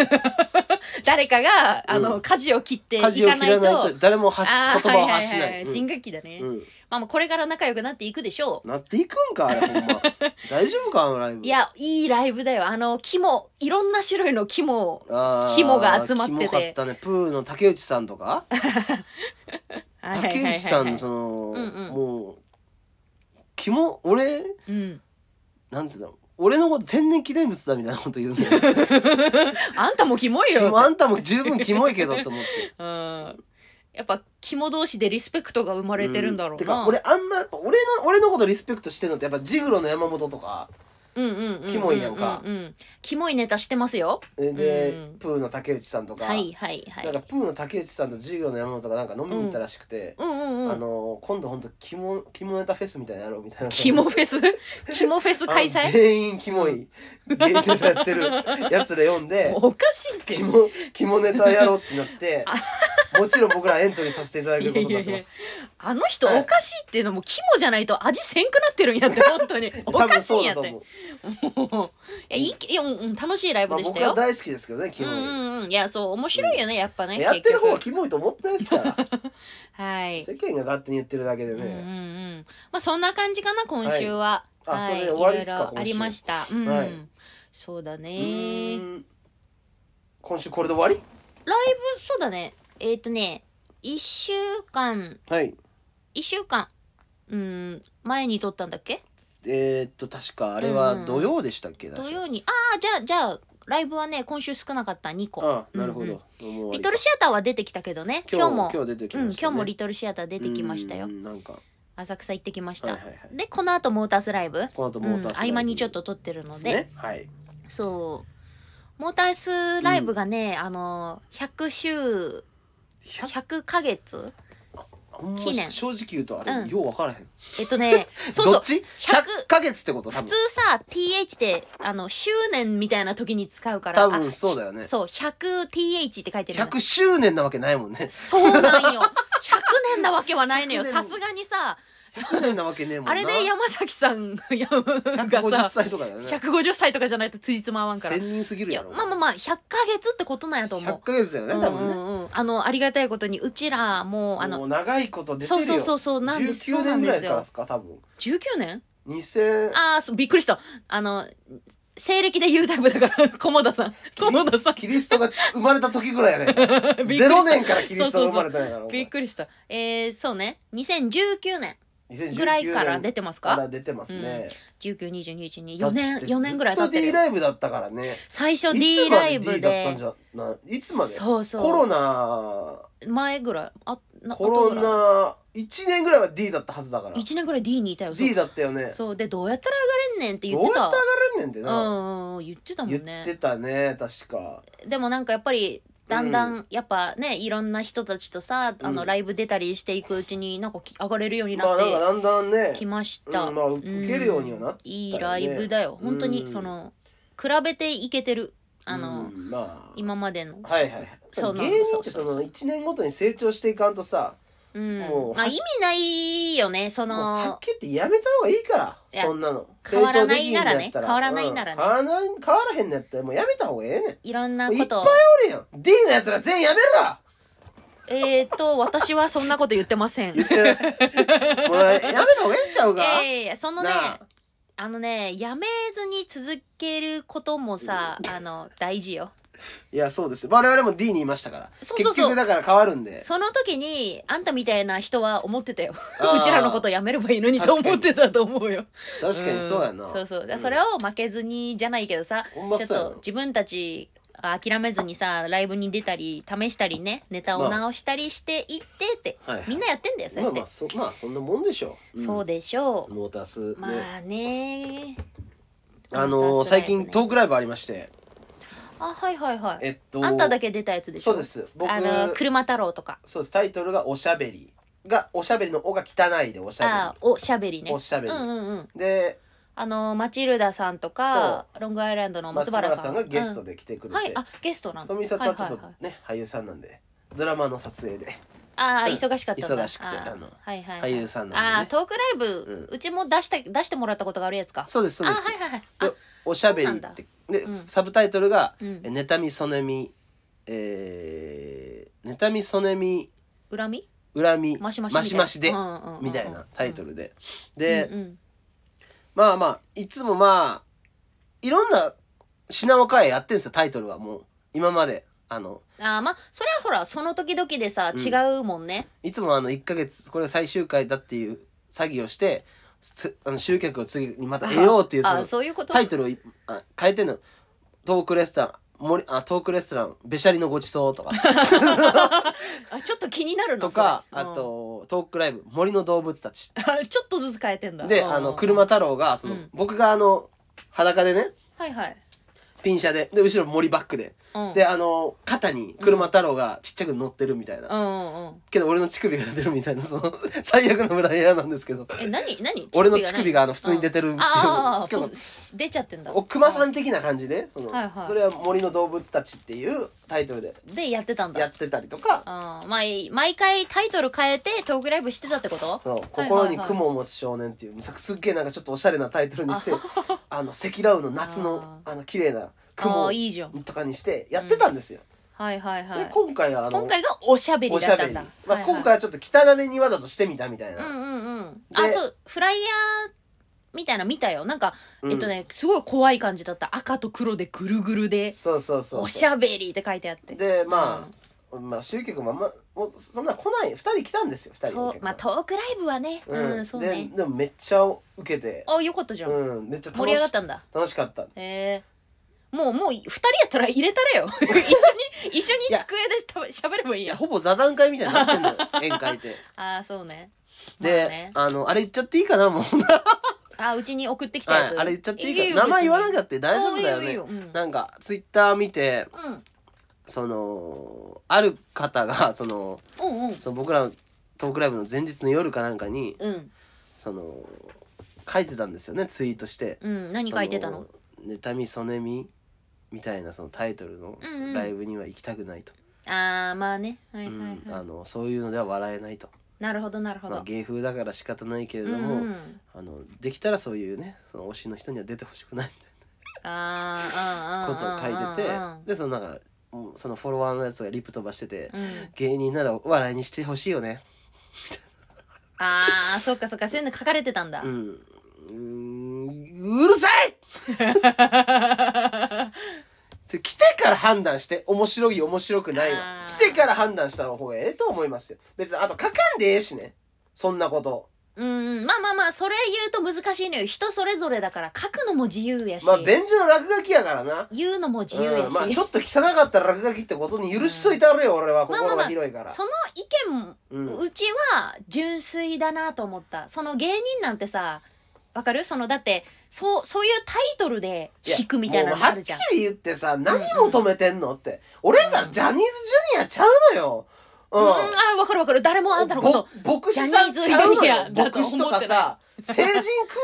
Speaker 1: 誰かがあの、
Speaker 2: うん
Speaker 1: 舵を切っていかな
Speaker 2: 舵を
Speaker 1: い
Speaker 2: 切ら
Speaker 1: と
Speaker 2: ないと誰も発し
Speaker 1: あー
Speaker 2: 言葉を発し
Speaker 1: は
Speaker 2: ない
Speaker 1: はいはい
Speaker 2: い
Speaker 1: 新学期だね、
Speaker 2: うんうん
Speaker 1: まあまあこれから仲良くなっていくでしょう、
Speaker 2: なっていくんかあれほん ま大丈夫かあのライブ
Speaker 1: いやいいライブだよあの肝いろんな種類の肝を
Speaker 2: あー
Speaker 1: 肝が集まってて
Speaker 2: キモかったねプーの竹内さんとか竹内さんのそ
Speaker 1: の、
Speaker 2: の、
Speaker 1: うんうん
Speaker 2: もうキモ俺
Speaker 1: うん、
Speaker 2: なんて言うんだろう俺のこと天然記念物だみたいなこと言うのよ
Speaker 1: あんたもキ モい
Speaker 2: キ
Speaker 1: よ
Speaker 2: モあんたも十分キモいけどと 思って
Speaker 1: うん、やっぱ肝同士でリスペクトが生まれてるんだろう
Speaker 2: て
Speaker 1: な、
Speaker 2: か俺あんまやっぱ俺の俺のことリスペクトしてるのってやっぱジグロの山本とか
Speaker 1: うんうんうんうんうん
Speaker 2: キモいやんか
Speaker 1: うんうんキモいネタしてますよ
Speaker 2: えで、
Speaker 1: うん
Speaker 2: プーの竹内さんとか、
Speaker 1: はいはいはい
Speaker 2: なんかプーの竹内さんとジグロの山本がなんか飲みに行ったらしくて、
Speaker 1: うんうん
Speaker 2: あ
Speaker 1: うん
Speaker 2: の今度ほんとキモキモネタフェスみたいなのやろうみたいな
Speaker 1: キモフ ェスキモフェス開
Speaker 2: あの
Speaker 1: 催
Speaker 2: 全員キモい芸ネタやってる やつら読んで
Speaker 1: もうおかしいって
Speaker 2: キモキモネタやろうってなってもちろん僕らエントリーさせていただくことになってます
Speaker 1: あの人おかしいっていうのもキモじゃないと味せんくなってるんやっ て本当にお
Speaker 2: 多
Speaker 1: か
Speaker 2: 分
Speaker 1: しい
Speaker 2: そ
Speaker 1: ん
Speaker 2: う
Speaker 1: や
Speaker 2: だ
Speaker 1: っ
Speaker 2: と
Speaker 1: て
Speaker 2: 思
Speaker 1: もう
Speaker 2: う、
Speaker 1: いやいいいや、うんうん、楽しいライブ
Speaker 2: まあ、
Speaker 1: でした
Speaker 2: 僕は
Speaker 1: よ、
Speaker 2: 大好きですけどねキ
Speaker 1: う
Speaker 2: モい、
Speaker 1: んうんうんいやそう面白いよね、やっぱね
Speaker 2: やってる方は
Speaker 1: 結
Speaker 2: キモいと思ってないですから
Speaker 1: 局はい、
Speaker 2: 世間が勝手に言ってるだけで
Speaker 1: うんうんう
Speaker 2: ね、
Speaker 1: んまあそんな感じかな今週は
Speaker 2: あ
Speaker 1: はい、
Speaker 2: それで終わりっすか
Speaker 1: いろいろ
Speaker 2: 今週
Speaker 1: ありましたうん、
Speaker 2: はい
Speaker 1: そうだね
Speaker 2: うーん今週これで終わ
Speaker 1: ライブそうだねえっ、とね1週間
Speaker 2: りはい
Speaker 1: 1週間うん前に撮ったんだっけ
Speaker 2: えー、っと確かあれ
Speaker 1: うん
Speaker 2: は土曜でしたっけ、確か
Speaker 1: 土曜にああじゃあじゃあライブはね今週少なかった2個
Speaker 2: ああなるほど、
Speaker 1: うんうん
Speaker 2: もう終わり
Speaker 1: リトルシアターは出てきたけどね今日も
Speaker 2: 今日出てき
Speaker 1: うん
Speaker 2: ま
Speaker 1: 今
Speaker 2: した、ね
Speaker 1: 日もリトルシアター出てきましたよ
Speaker 2: うんなんかは
Speaker 1: 浅草行ってきまし
Speaker 2: い
Speaker 1: た、
Speaker 2: はいはい
Speaker 1: でこの後モータースライブ
Speaker 2: この後
Speaker 1: う
Speaker 2: モ
Speaker 1: ん
Speaker 2: ータースライ
Speaker 1: 合
Speaker 2: ブ
Speaker 1: 間にちょっと撮ってるの
Speaker 2: です
Speaker 1: で
Speaker 2: ねはい
Speaker 1: そうモータースライブがね、あの100週100ヶ月
Speaker 2: ほんま
Speaker 1: 記念
Speaker 2: 正直言うとあれ、
Speaker 1: うん
Speaker 2: よう分からへん
Speaker 1: えっと ねそうそう
Speaker 2: どっち100ヶ月ってこと多
Speaker 1: 普
Speaker 2: 分
Speaker 1: 通さ TH ってあの周年みたいな時に使うから
Speaker 2: 多分そうだよ
Speaker 1: あ
Speaker 2: ね
Speaker 1: そう 100TH って書いてるの
Speaker 2: 100周年なわけないもんね
Speaker 1: そうなんよ100年なわけはないのよ
Speaker 2: 100年
Speaker 1: さすがにさ
Speaker 2: 100年なわけねえもんな
Speaker 1: あれで山崎さん
Speaker 2: 150
Speaker 1: がさ
Speaker 2: 歳とかだよね
Speaker 1: 150歳とかじゃないと辻褄合わんから
Speaker 2: 1000人すぎる
Speaker 1: いや
Speaker 2: やろ
Speaker 1: まあまあまあ100ヶ月ってことなんやと思
Speaker 2: 100
Speaker 1: う
Speaker 2: ヶ月だよね
Speaker 1: うん
Speaker 2: 多分ね、
Speaker 1: うんうんあのありがたいことにうちらもうあ
Speaker 2: も
Speaker 1: の
Speaker 2: う長いこと出て
Speaker 1: そう
Speaker 2: る
Speaker 1: そう
Speaker 2: よ
Speaker 1: そうそうなんですそ
Speaker 2: 19
Speaker 1: うな
Speaker 2: 年
Speaker 1: ん
Speaker 2: ぐ
Speaker 1: で
Speaker 2: ら
Speaker 1: す
Speaker 2: いからで
Speaker 1: よ
Speaker 2: すか多分
Speaker 1: 19年
Speaker 2: 2000
Speaker 1: ああびっくりしたあの西暦で言うタイプだから 菰田さ ん菰田さん
Speaker 2: キリストが生まれた時ぐらいやねんから
Speaker 1: びっくりした
Speaker 2: 0年からキリストが生まれたんやから
Speaker 1: びっくりしたえー、そうね2019年
Speaker 2: 2019
Speaker 1: ぐらいから出
Speaker 2: 年
Speaker 1: てます
Speaker 2: か
Speaker 1: から
Speaker 2: 出てますね、
Speaker 1: 192224年四年ぐらい経
Speaker 2: ず
Speaker 1: って
Speaker 2: と
Speaker 1: る
Speaker 2: D ライブだったからね
Speaker 1: 最初
Speaker 2: いつ
Speaker 1: D
Speaker 2: ま
Speaker 1: ライブ
Speaker 2: D だった
Speaker 1: で
Speaker 2: んじゃないいつまで
Speaker 1: そうそう
Speaker 2: コロナ
Speaker 1: 前ぐらいあな
Speaker 2: コ
Speaker 1: あ
Speaker 2: ロ
Speaker 1: とぐら
Speaker 2: ナ1年ぐらいは D だったはずだから
Speaker 1: い一年ぐらい D にいたよそう
Speaker 2: D だったよね
Speaker 1: そうでどうやったら上がれんねんって
Speaker 2: ど
Speaker 1: 言
Speaker 2: う
Speaker 1: っ
Speaker 2: やってて
Speaker 1: た
Speaker 2: 上がれんねんって
Speaker 1: う
Speaker 2: な、
Speaker 1: んうんうん言ってたも
Speaker 2: 言
Speaker 1: ん
Speaker 2: っ
Speaker 1: ね
Speaker 2: てたね確か
Speaker 1: でもなんかやっぱりだんだんやっぱね、いろんな人たちとさあの
Speaker 2: うん
Speaker 1: ライブ出たりしていくうちになんかき上がれるように
Speaker 2: ま
Speaker 1: な
Speaker 2: あ
Speaker 1: っ
Speaker 2: なんか
Speaker 1: て
Speaker 2: だんだんね
Speaker 1: きました、
Speaker 2: うんまあ受けるようにはなったよね
Speaker 1: いいライブだよ本当に
Speaker 2: うん
Speaker 1: その比べていけてるあの、
Speaker 2: うんまあ
Speaker 1: 今までの、
Speaker 2: はいはい
Speaker 1: そうなの
Speaker 2: 芸人って
Speaker 1: そ
Speaker 2: そ
Speaker 1: そ
Speaker 2: う
Speaker 1: うそ
Speaker 2: の
Speaker 1: う
Speaker 2: 1年ごとに成長していかんとさ
Speaker 1: うん
Speaker 2: もう
Speaker 1: まあ、意味ないよねそ
Speaker 2: もうはっ
Speaker 1: の
Speaker 2: きり言ってやめた方がいいから
Speaker 1: いや
Speaker 2: そんなの
Speaker 1: 変わらない
Speaker 2: 成長できんのやった
Speaker 1: 変わらないならね
Speaker 2: うん変わらない変わらへんのやったらもうやめた方がええねん
Speaker 1: いろんな
Speaker 2: もうい
Speaker 1: こ
Speaker 2: っぱい
Speaker 1: とを
Speaker 2: おるやん D のやつら全員やめるわ
Speaker 1: えーっと私はそんなこと言ってません。
Speaker 2: 言ってないもうやめた方がええんちゃうか、
Speaker 1: いやいやいやそのね
Speaker 2: なあ
Speaker 1: あのねやめずに続けることもさ、あの大事よ
Speaker 2: いやそうですよ我々も D にいましたから
Speaker 1: そうそうそう
Speaker 2: 結局だから変わるんで
Speaker 1: その時にあんたみたいな人は思ってたよ
Speaker 2: あー
Speaker 1: うちらのことやめればいいのにと
Speaker 2: 確かに
Speaker 1: 思ってたと思うよ
Speaker 2: 確かにそうやな、
Speaker 1: んそうそうだから
Speaker 2: ん
Speaker 1: それを負けずにじゃないけどさ、
Speaker 2: ほんま
Speaker 1: ちょっ
Speaker 2: そうや
Speaker 1: と
Speaker 2: な
Speaker 1: 自分たち諦めずにさライブに出たり試したりねネタを直したりしていってって、
Speaker 2: はい
Speaker 1: みんなやってんだよそう
Speaker 2: ま
Speaker 1: や
Speaker 2: あ
Speaker 1: って、
Speaker 2: まあそまあそんなもんでしょう、ん
Speaker 1: そうでしょう、
Speaker 2: モータス、ね
Speaker 1: まあね
Speaker 2: あのー
Speaker 1: モータスライ
Speaker 2: 最
Speaker 1: ブね
Speaker 2: 近トークライブありまして
Speaker 1: あはいはいはい
Speaker 2: えっと
Speaker 1: あんただけ出たやつでしょ
Speaker 2: そうです僕
Speaker 1: あの車太郎とか
Speaker 2: そうですタイトルが「おしゃべり」が「おしゃべり」の「お」が汚いで「おしゃ
Speaker 1: あおしゃべり
Speaker 2: べ
Speaker 1: ね
Speaker 2: り」おしゃべり、
Speaker 1: うんうんうん
Speaker 2: で
Speaker 1: あのマチルダさんとかロングアイランドの
Speaker 2: 松
Speaker 1: 松原
Speaker 2: 原
Speaker 1: さん
Speaker 2: さんがゲスト
Speaker 1: で、
Speaker 2: で来てく
Speaker 1: う
Speaker 2: れ
Speaker 1: ん
Speaker 2: て、
Speaker 1: はいあゲストなんだ
Speaker 2: 富里はちょっとね、
Speaker 1: はいはいはい
Speaker 2: 俳優さんなんでドラマの撮影で
Speaker 1: ああ
Speaker 2: うん
Speaker 1: 忙しかったんだ
Speaker 2: 忙しくて
Speaker 1: あー
Speaker 2: あの
Speaker 1: はいはい、はい、
Speaker 2: 俳優さん
Speaker 1: あ
Speaker 2: な
Speaker 1: あ
Speaker 2: んで、ね、
Speaker 1: トークライブ、
Speaker 2: う
Speaker 1: うちも出した出してもらったことがあるやつか
Speaker 2: そうですそう
Speaker 1: あ
Speaker 2: で
Speaker 1: ー
Speaker 2: す、
Speaker 1: はいはいはい
Speaker 2: で
Speaker 1: あ
Speaker 2: おしゃべり」
Speaker 1: そうな
Speaker 2: っ
Speaker 1: ん
Speaker 2: て
Speaker 1: だ
Speaker 2: で、
Speaker 1: うん
Speaker 2: サブタイトルが
Speaker 1: う
Speaker 2: 「
Speaker 1: ん
Speaker 2: 妬みそねみ」えー「妬みそねみ
Speaker 1: 恨み
Speaker 2: 恨み
Speaker 1: マシマシ
Speaker 2: マシマシで」み
Speaker 1: み
Speaker 2: た
Speaker 1: た
Speaker 2: い
Speaker 1: い
Speaker 2: な
Speaker 1: な
Speaker 2: タイトルで、で、
Speaker 1: うんうん
Speaker 2: まあまあいつもまあいろんな品を変えやってんですよタイトルはもう今まであの
Speaker 1: あーまあそれはほらその時々でさ
Speaker 2: うん
Speaker 1: 違うもんね、
Speaker 2: いつもあの1ヶ月これ最終回だっていう詐欺をしてつあの集客を次にまた得ようっていうそ
Speaker 1: あ
Speaker 2: の
Speaker 1: ーそういうこと
Speaker 2: タイトルをいあ変えてんのトークレストラン森あトークレストランべしゃりのごちそう とか
Speaker 1: あちょっと気になるの
Speaker 2: とか
Speaker 1: それ
Speaker 2: あ
Speaker 1: うん
Speaker 2: とトークライブ森の動物たち
Speaker 1: あ ちょっとずつ変えてんだ
Speaker 2: で
Speaker 1: うん
Speaker 2: あの車太郎がその、
Speaker 1: うん
Speaker 2: 僕があの裸でね
Speaker 1: はいはい、
Speaker 2: ピン車でで後ろ森バックで
Speaker 1: うん、
Speaker 2: であの肩に車太郎がちっちゃく乗ってるみたいな、
Speaker 1: うんうんうん
Speaker 2: けど俺の乳首が出てるみたいなその 最悪のブライヤーなんですけど
Speaker 1: え何何
Speaker 2: 俺の乳
Speaker 1: 何
Speaker 2: 首があの普通に出てるっていう
Speaker 1: ああ
Speaker 2: けど
Speaker 1: ー出ちゃってんだ
Speaker 2: お熊さん的な感じでその、
Speaker 1: はいはい
Speaker 2: それは森の動物たちっていうタイトルで
Speaker 1: でやってたんだ
Speaker 2: やってたりとか
Speaker 1: あーまあいい毎回タイトル変えてトークライブしてたってこと
Speaker 2: その
Speaker 1: はい
Speaker 2: 心に雲を持つ少年っていうさすっげえなんかちょっとおしゃれなタイトルに してあの赤裸々の夏のあの綺麗な雲
Speaker 1: あ
Speaker 2: を
Speaker 1: あいいじゃん
Speaker 2: とかにしてやってたんですよ。
Speaker 1: はいはいは
Speaker 2: で
Speaker 1: い
Speaker 2: 今回はあの
Speaker 1: 今回がおしゃべり
Speaker 2: おし
Speaker 1: だ
Speaker 2: ゃ
Speaker 1: っ
Speaker 2: べ
Speaker 1: た
Speaker 2: り、
Speaker 1: ん
Speaker 2: ま
Speaker 1: だ
Speaker 2: あ
Speaker 1: はいはい
Speaker 2: 今回はちょっと汚めにわざとしてみたみたいな。
Speaker 1: うんうんうん
Speaker 2: で
Speaker 1: あそうフライヤーみたいなの見たよなんか、
Speaker 2: うん
Speaker 1: えっとねすごい怖い感じだった赤と黒でぐるぐるで
Speaker 2: そうそうそうそう
Speaker 1: おしゃべりって書いてあって
Speaker 2: でまあ、まあ集客もあんまもうそんな来ない2人来たんですよ2人のお
Speaker 1: と
Speaker 2: 客
Speaker 1: ま
Speaker 2: さ
Speaker 1: あ
Speaker 2: ん、
Speaker 1: トークライブはねうん、そうね
Speaker 2: ででもめっちゃ受けて
Speaker 1: あよかったじゃん、
Speaker 2: うんめっちゃ楽
Speaker 1: 盛
Speaker 2: し
Speaker 1: り上がったんだ
Speaker 2: 楽しかった
Speaker 1: えー、もうもう二人やったら入れたれ よ一緒に一緒に机でた喋ればいい
Speaker 2: いや
Speaker 1: や
Speaker 2: ほぼ座談会みたいになってんだよ 宴会って
Speaker 1: ああそうね
Speaker 2: で、
Speaker 1: まあね、
Speaker 2: あのあれ言っちゃっていいかなもう
Speaker 1: あーうちに送ってきた
Speaker 2: は
Speaker 1: やつ、
Speaker 2: い あれ言っちゃっていいか
Speaker 1: よ
Speaker 2: 名前言わな
Speaker 1: 別
Speaker 2: きゃって大丈夫だよ
Speaker 1: あーいいよ
Speaker 2: ね
Speaker 1: いいようん
Speaker 2: なんかツイッター見て
Speaker 1: にうん
Speaker 2: そのある方が その
Speaker 1: うんうん
Speaker 2: その僕らのトークライブの前日の夜かなんかに
Speaker 1: うん
Speaker 2: その書いてたんですよねツイートして
Speaker 1: うん何書いてたの
Speaker 2: その妬みそねみみたいなそのタイトルの
Speaker 1: うんうん
Speaker 2: ライブには行きたくないと、
Speaker 1: ああまあねはいは
Speaker 2: う
Speaker 1: い
Speaker 2: ん
Speaker 1: はい、
Speaker 2: あのそういうのでは笑えないと、
Speaker 1: なるほどなるほど、
Speaker 2: まあ、芸風だから仕方ないけれ
Speaker 1: う
Speaker 2: ど
Speaker 1: ん
Speaker 2: も、
Speaker 1: うん、
Speaker 2: あのできたらそういうねその推しの人には出てほしくないみた
Speaker 1: あ
Speaker 2: いなことを書
Speaker 1: あ
Speaker 2: いててでそのなんかもうそのフォロワーのやつがリプ飛ばしてて、
Speaker 1: うんうん、
Speaker 2: 芸人なら笑いにしてほしいよね
Speaker 1: ああそっかそっかそういうの書かれてたんだ、
Speaker 2: うんうーんうるさいそれ来てから判断して面白い面白くないわ
Speaker 1: あー
Speaker 2: 来てから判断した方がええと思いますよ別にあと書かんでええしねそんなこと
Speaker 1: うんまあまあまあそれ言うと難しいのよ人それぞれだから書くのも自由やし、
Speaker 2: まあ便所の落書きやからな
Speaker 1: 言うのも自由やし、
Speaker 2: うんまあ、ちょっと汚かったら落書きってことに許しといたるよ、俺は心が広いから、
Speaker 1: その意見、
Speaker 2: うん
Speaker 1: うちは純粋だなと思ったその芸人なんてさわかるそのだってそうそういうタイトルで
Speaker 2: や
Speaker 1: 引くみたいなのあるじゃん
Speaker 2: もうはっきり言ってさ何求めてんのって、俺らジャニーズジュニアちゃうのようん、
Speaker 1: うん、あーわかるわかる誰もあんたのこと
Speaker 2: ぼ牧師さんちゃうの
Speaker 1: ジ
Speaker 2: よ
Speaker 1: ャニーズジュニアだと
Speaker 2: 牧
Speaker 1: 思って
Speaker 2: 師
Speaker 1: な
Speaker 2: と
Speaker 1: い
Speaker 2: かさ成人君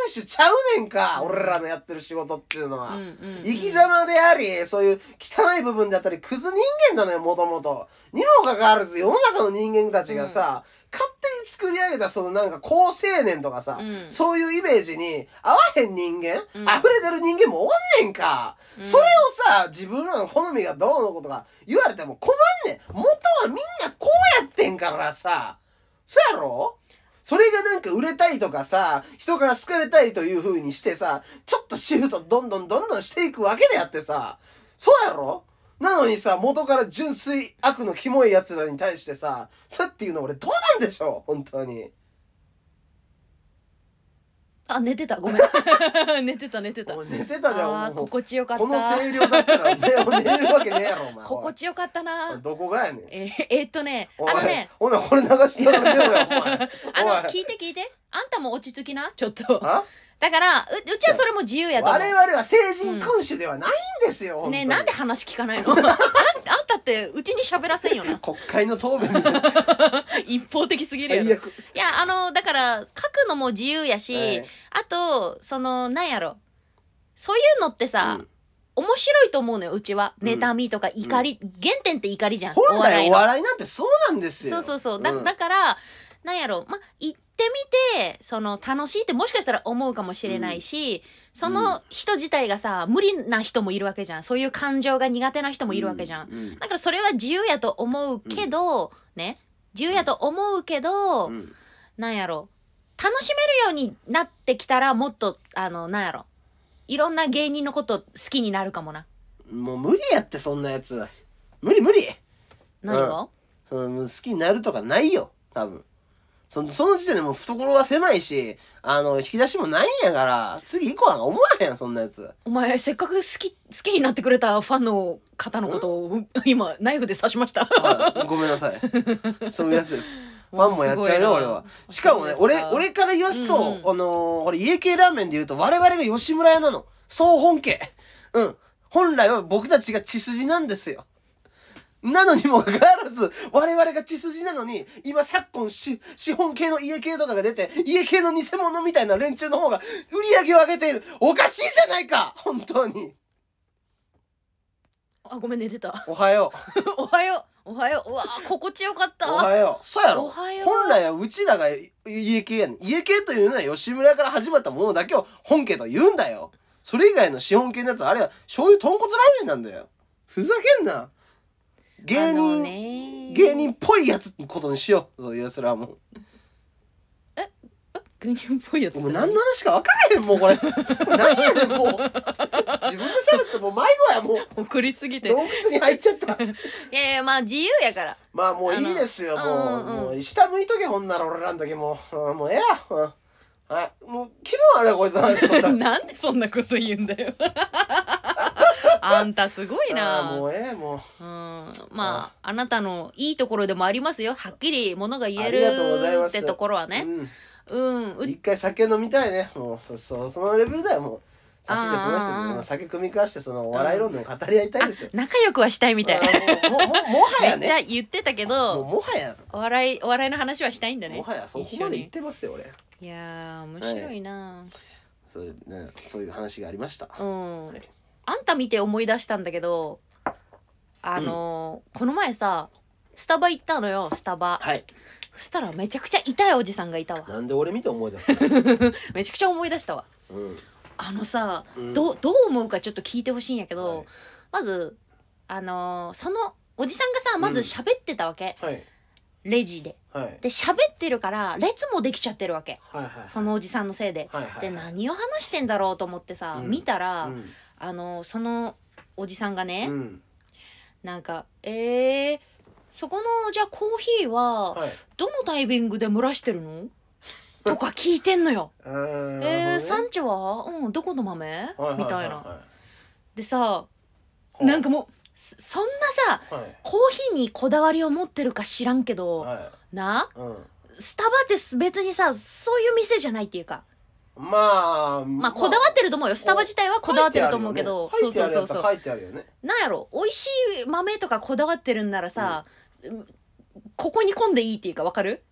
Speaker 2: 主ちゃうねんか俺らのやってる仕事っていうのは、
Speaker 1: うんうんうん
Speaker 2: 生き様でありそういう汚い部分であったりクズ人間なのよもともとにもかかわらず世の中の人間たちがさ、勝手に作り上げたそのなんか好青年とかさ、
Speaker 1: うん
Speaker 2: そういうイメージに合わへん人間、
Speaker 1: うん
Speaker 2: 溢れてる人間もおんねんか、
Speaker 1: うん
Speaker 2: それをさ自分らの好みがどうのことか言われても困んねん元はみんなこうやってんからさそやろそれがなんか売れたいとかさ人から好かれたいという風にしてさちょっとシフトどんどんどんどんしていくわけであってさそうやろなのにさ元から純粋悪のキモい奴らに対してささっていうの俺どうなんでしょう本当に。
Speaker 1: あ寝てたごめん 寝てた寝てた
Speaker 2: お前寝てたで
Speaker 1: あ
Speaker 2: お
Speaker 1: ー
Speaker 2: 前
Speaker 1: 心地よかった
Speaker 2: この声量だったら目を寝るわけねえやろお前
Speaker 1: 心地よかったな
Speaker 2: どこがやねん
Speaker 1: えーえーっとね
Speaker 2: おい
Speaker 1: あのね
Speaker 2: ほなこれ流しながら寝ろよお前
Speaker 1: あの
Speaker 2: おい
Speaker 1: 聞いて聞いてあんたも落ち着きなちょっと
Speaker 2: あ
Speaker 1: だからううちはそれも自由やと思う
Speaker 2: 我々は成人君主ではないんですよ、本当
Speaker 1: ねえ
Speaker 2: に
Speaker 1: なんで話聞かない のあんあんたってうちに喋らせんよな
Speaker 2: 国会の答弁みたいな
Speaker 1: 一方的すぎるやろ
Speaker 2: 最悪、
Speaker 1: いやあのだから書くのも自由やし、
Speaker 2: はい
Speaker 1: あとそのなんやろそういうのってさ、
Speaker 2: うん
Speaker 1: 面白いと思うのようちは
Speaker 2: うん
Speaker 1: 妬みとか怒り、原点って怒りじゃん
Speaker 2: 本来お
Speaker 1: は
Speaker 2: 笑いなんてそうなんですよ
Speaker 1: そうそうそうだ,、
Speaker 2: ん
Speaker 1: だからなんやろま行ってみてその楽しいってもしかしたら思うかもしれないし、その人自体がさ無理な人もいるわけじゃんそういう感情が苦手な人もいるわけじゃん、
Speaker 2: ううん
Speaker 1: だからそれは自由やと思うけど、ね自由やと思うけど、
Speaker 2: うん
Speaker 1: なんやろ楽しめるようになってきたらもっとあのなんやろいろんな芸人のこと好きになるかもな
Speaker 2: もう無理やってそんなやつは無理無理
Speaker 1: 何が、
Speaker 2: その好きになるとかないよ多分そのその時点でもう懐は狭いしあの引き出しもないんやから次行こうなんか思わへんそんなやつ
Speaker 1: お前せっかく好き好きになってくれたファンの方のことを今ナイフで刺しました
Speaker 2: はいごめんなさいそういうやつです フ ァンもやっちゃうよ俺はしかもね俺俺から言わすと、
Speaker 1: うんうん
Speaker 2: あのー俺家系ラーメンで言うと我々が吉村屋なの総本家うん本来は僕たちが血筋なんですよなのにもかかわらず、我々が血筋なのに、今昨今し、資本系の家系とかが出て、家系の偽物みたいな連中の方が売り上げを上げている。おかしいじゃないか本当に。
Speaker 1: あごめん寝てた
Speaker 2: おはよ
Speaker 1: おはようおはよううわー心地よかっ
Speaker 2: う。
Speaker 1: た
Speaker 2: おは よう。そうやろ
Speaker 1: お。はよう
Speaker 2: 本来はうちらが家系やねん家系というのは吉村から始まったものだけを本家と言うんだよそれ以外の資本系のやつはあれは醤油豚骨ラーメンなんだよふざけんな芸
Speaker 1: あの
Speaker 2: 人、
Speaker 1: ね
Speaker 2: 芸人っぽいやつのことにしようそういうやつらはもう
Speaker 1: 芸人っぽいやつだ
Speaker 2: もう
Speaker 1: ね
Speaker 2: 何の話か分からへんもうこれもう何やねんもう自分で喋ってもう迷子やもう
Speaker 1: 送りすぎて
Speaker 2: 洞窟に入っちゃった
Speaker 1: いやいやまあ自由やから
Speaker 2: まあもういいですよ
Speaker 1: あ
Speaker 2: も
Speaker 1: の
Speaker 2: う,、
Speaker 1: うんうんうん
Speaker 2: もう下向いとけほんなら俺らの時もううんもうええや、うんはい、もう昨日あれはこいつの話しとっ た
Speaker 1: なんでそんなこと言うんだよ あんたすごい
Speaker 2: あ
Speaker 1: な
Speaker 2: ーもうええもう
Speaker 1: うんまああなたのいいところでもありますよはっきりものが言え
Speaker 2: ありがとうござい
Speaker 1: る
Speaker 2: ま
Speaker 1: っ
Speaker 2: す
Speaker 1: てところはねうん、う
Speaker 2: うん、一回酒飲みたいねもうそそそのレベルだよもう差しでその人
Speaker 1: あー
Speaker 2: にもう酒組み交わしてそのお笑い論でも語り合いたいですよ、
Speaker 1: 仲良くはしたいみたい
Speaker 2: あーもうもうもうもは
Speaker 1: め
Speaker 2: や
Speaker 1: っち
Speaker 2: ね
Speaker 1: ゃ言ってたけ
Speaker 2: もう
Speaker 1: ど
Speaker 2: もはや
Speaker 1: お笑いお笑いの話はしたいんだね
Speaker 2: もはやそこまで
Speaker 1: 一緒
Speaker 2: 言ってますよ俺
Speaker 1: にいやー面白いな、
Speaker 2: そう,、ね、そういう話がありました、
Speaker 1: うん、
Speaker 2: はい
Speaker 1: あんた見て思い出したんだけどあのーこの前さスタバ行ったのよスタバ
Speaker 2: はい
Speaker 1: そしたらめちゃくちゃ痛いおじさんがいたわ
Speaker 2: なんで俺見て思い出すの、
Speaker 1: めちゃくちゃ思い出したわ
Speaker 2: うん
Speaker 1: あのさ
Speaker 2: うん
Speaker 1: どうどう思うかちょっと聞いてほしいんやけど、
Speaker 2: はい
Speaker 1: まずあのーそのおじさんがさまず
Speaker 2: うん
Speaker 1: 喋ってたわけ、
Speaker 2: はい
Speaker 1: レジで
Speaker 2: はいはい
Speaker 1: で喋ってるから列もできちゃってるわけ
Speaker 2: はいはい
Speaker 1: そのおじさんのせいで、
Speaker 2: はいはい
Speaker 1: で何を話してんだろうと思ってさ、
Speaker 2: うん
Speaker 1: 見たら、
Speaker 2: うん
Speaker 1: あのーそのおじさんがね、
Speaker 2: うん
Speaker 1: なんか「えー、そこのじゃあコーヒーは
Speaker 2: はい
Speaker 1: どのタイミングで蒸らしてる の?」とか聞いてんのよ。
Speaker 2: あ
Speaker 1: え
Speaker 2: ー
Speaker 1: ー、
Speaker 2: なる
Speaker 1: 産地は、うん、どこの豆
Speaker 2: ほどね
Speaker 1: みたい
Speaker 2: は
Speaker 1: な。
Speaker 2: は
Speaker 1: でさ
Speaker 2: は
Speaker 1: なんかもうそそんなさ
Speaker 2: はい
Speaker 1: コーヒーにこだわりを持ってるか知らんけど、
Speaker 2: は
Speaker 1: ない
Speaker 2: うん
Speaker 1: スタバってす別にさそういう店じゃないっていうか
Speaker 2: まあ、
Speaker 1: まあこだわってると思うよスタバ自体はこだわってると思うけど、
Speaker 2: 書
Speaker 1: そ
Speaker 2: いうて
Speaker 1: そ
Speaker 2: あ
Speaker 1: う
Speaker 2: る
Speaker 1: そ
Speaker 2: や
Speaker 1: う
Speaker 2: つ
Speaker 1: そう
Speaker 2: は書いてあるよね。
Speaker 1: なんやろ美味しい豆とかこだわってるんならさ、ここに混んでいいっていうかわかる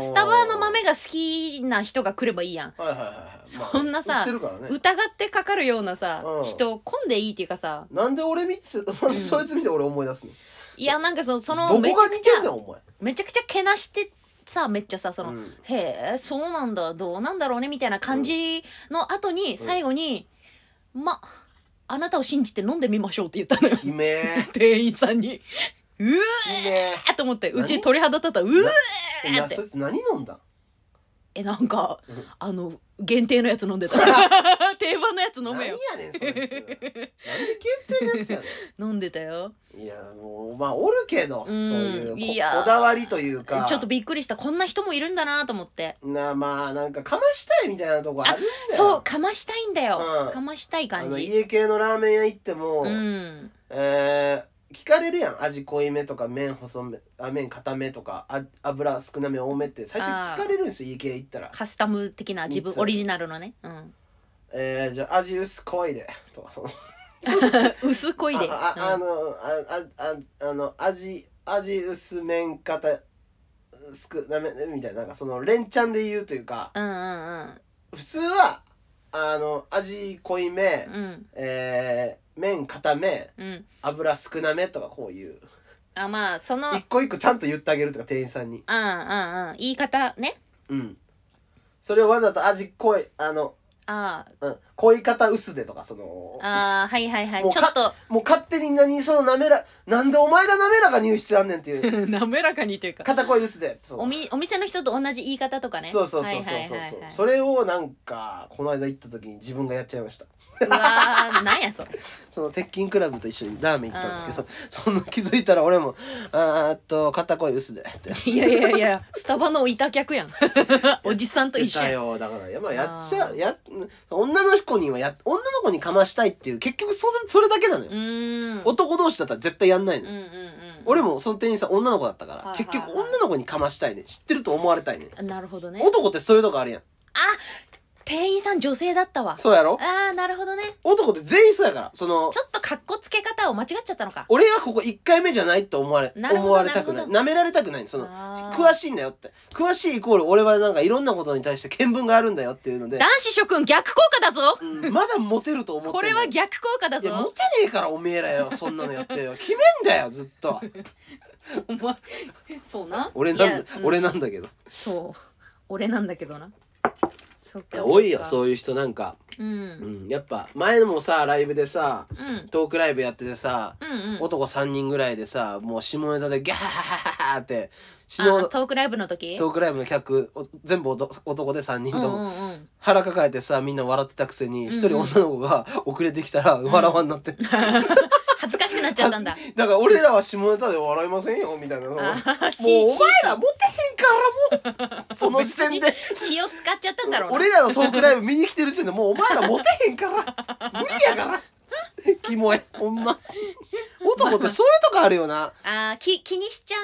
Speaker 1: ス
Speaker 2: ス
Speaker 1: タバの豆が好きな人が来ればいいやん
Speaker 2: はいはいはいはい。
Speaker 1: そんなさ
Speaker 2: まあ売ってるからね。
Speaker 1: 疑ってかかるようなさ、
Speaker 2: うん
Speaker 1: 人混んでいいっていうかさ
Speaker 2: なんで俺見つ、なんでそいつ見て俺思い出すの
Speaker 1: いやなんかそのその
Speaker 2: ど
Speaker 1: め
Speaker 2: こ
Speaker 1: ちゃ
Speaker 2: が
Speaker 1: く
Speaker 2: 似
Speaker 1: ち
Speaker 2: てん
Speaker 1: ゃ
Speaker 2: ねん、お前。
Speaker 1: めちゃくちゃけなしてさめっちゃさその、
Speaker 2: うん
Speaker 1: へえそうなんだどうなんだろうねみたいな感じの後に、最後に「まあなたを信じて飲んでみましょう」って言ったのよ
Speaker 2: 悲鳴
Speaker 1: 店員さんに「う
Speaker 2: 悲
Speaker 1: え!」と思ってうち
Speaker 2: 何
Speaker 1: 鳥肌立った「うえ!」
Speaker 2: 鳴
Speaker 1: っ
Speaker 2: な
Speaker 1: て
Speaker 2: そいつ何飲んだん
Speaker 1: えなんか
Speaker 2: うん
Speaker 1: あの限定のやつ飲んでた 定番のやつ飲めよ
Speaker 2: 何やねんそいつなんで限定のやつやね
Speaker 1: 飲んでたよ
Speaker 2: んいやもうまあおるけど、
Speaker 1: うん
Speaker 2: そういうこ
Speaker 1: いや
Speaker 2: こだわりというか
Speaker 1: ちょっとびっくりしたこんな人もいるんだなと思って
Speaker 2: なまあなんかかましたいみたいなとこあるんだよ
Speaker 1: そうかましたいんだよ、
Speaker 2: うん
Speaker 1: かましたい
Speaker 2: あ
Speaker 1: 感
Speaker 2: の
Speaker 1: じ
Speaker 2: 家系のラーメン屋行っても、
Speaker 1: うん
Speaker 2: えー聞かれるやん味濃いめとか麺細めあ麺固めとかあ油少なめ多めって最初聞かれるんですよ家系行ったら、
Speaker 1: カスタム的な自分
Speaker 2: 三つ
Speaker 1: オリジナルのね、 うん、
Speaker 2: えー、じゃあ味薄濃いでとかその
Speaker 1: 薄濃いで
Speaker 2: あ ああ
Speaker 1: うん
Speaker 2: のああああの味味薄麺固少なめみたいななんかその連チャンで言うというか
Speaker 1: うんうん
Speaker 2: 普通はあの味濃いめ、
Speaker 1: うんうん
Speaker 2: えー麺固め
Speaker 1: うん
Speaker 2: 油少なめとかこういう
Speaker 1: あまあそのうんう
Speaker 2: 一個一個ちゃんと言ってあげるとか店員さんに
Speaker 1: んうん言い方ね
Speaker 2: うんそれをわざと味濃いあの、
Speaker 1: あー
Speaker 2: うん、濃い方薄でとかその
Speaker 1: あーはいはいはい
Speaker 2: もう
Speaker 1: ち
Speaker 2: か
Speaker 1: ょっと
Speaker 2: もう勝手に何その滑らなんでお前が滑らかに言う必要あんねんっ ていう
Speaker 1: 滑らかにというか
Speaker 2: 片濃い薄でそう
Speaker 1: おみお店の人と同じ言い方とかね
Speaker 2: そうそうそうそうそう
Speaker 1: はいはい
Speaker 2: そう
Speaker 1: はいはい
Speaker 2: それをなんかこの間行った時に自分がやっちゃいました
Speaker 1: うわーなんやそれ
Speaker 2: その鉄筋クラブと一緒にラーメン行ったんですけどその気づいたら俺も「あーっと片濃い薄で」って
Speaker 1: いやいやいやスタバのいた客や んおじさんと
Speaker 2: 言っ
Speaker 1: 一緒
Speaker 2: た
Speaker 1: やん
Speaker 2: よだからや,、まあ、やっちゃ
Speaker 1: あー
Speaker 2: や女の子にはや女の子にかましたいっていう結局それそれだけなのよ
Speaker 1: う、ーん
Speaker 2: 男同士だったら絶対やんないの
Speaker 1: うん
Speaker 2: よ、
Speaker 1: うんうん
Speaker 2: 俺もその店員さん女の子だったから、
Speaker 1: はいはいはい
Speaker 2: 結局女の子にかましたいね知ってると思われたいね
Speaker 1: なるほどね
Speaker 2: 男ってそういうとこあるやん
Speaker 1: 店員さん女性だったわ
Speaker 2: そうやろ
Speaker 1: ああなるほどね
Speaker 2: 男って全員そうやからその
Speaker 1: ちょっとかっこつけ方を間違っちゃったのか
Speaker 2: 俺はここ1回目じゃないと思われ
Speaker 1: なるほど
Speaker 2: 思われた
Speaker 1: な
Speaker 2: くな
Speaker 1: る
Speaker 2: い
Speaker 1: ほ
Speaker 2: なめられたくないその
Speaker 1: あー
Speaker 2: 詳しいんだよって詳しいイコール俺はなんかいろんなことに対して見聞があるんだよっていうので
Speaker 1: 男、子諸君逆効果だぞ
Speaker 2: うんまだモテると思ってん
Speaker 1: こ
Speaker 2: だ
Speaker 1: れ
Speaker 2: よ
Speaker 1: は逆効果だ
Speaker 2: いやモ
Speaker 1: ぞ
Speaker 2: テねえからおめえらよそんなのやってよ決めんだよずっと
Speaker 1: お前そうな
Speaker 2: 俺
Speaker 1: い
Speaker 2: な
Speaker 1: や
Speaker 2: ん
Speaker 1: うん
Speaker 2: 俺なんだけど
Speaker 1: そう俺なんだけどなそっ
Speaker 2: い
Speaker 1: か
Speaker 2: や多いよ
Speaker 1: う
Speaker 2: そういう人なんか、
Speaker 1: うん
Speaker 2: う
Speaker 1: うん
Speaker 2: ん、やっぱ前もさライブでさ
Speaker 1: うん
Speaker 2: トークライブやっててさ
Speaker 1: うん
Speaker 2: 男3人ぐらいでさもう下ネタでギャハハハハって死
Speaker 1: あ
Speaker 2: の
Speaker 1: トークライブの時
Speaker 2: トークライブの客お全部おと男で3人
Speaker 1: うん
Speaker 2: と
Speaker 1: う
Speaker 2: も
Speaker 1: んうん
Speaker 2: 腹抱えてさみんな笑ってたくせに
Speaker 1: うん
Speaker 2: 一人女の 子が遅れてきたら笑わんなって、
Speaker 1: 恥ずかしくなっちゃったんだ
Speaker 2: だから俺らは下ネタで笑いませんよみたいなそのも
Speaker 1: あ
Speaker 2: うお
Speaker 1: ーし
Speaker 2: 前
Speaker 1: し
Speaker 2: らモテへんからも うその時点で
Speaker 1: 気を使っちゃったんだろうな
Speaker 2: 俺らのトークライブ見に来てる時点でもうお前らモテへんから無理やからキモいほんま男ってそういうとこあるよな
Speaker 1: あーき気にしちゃ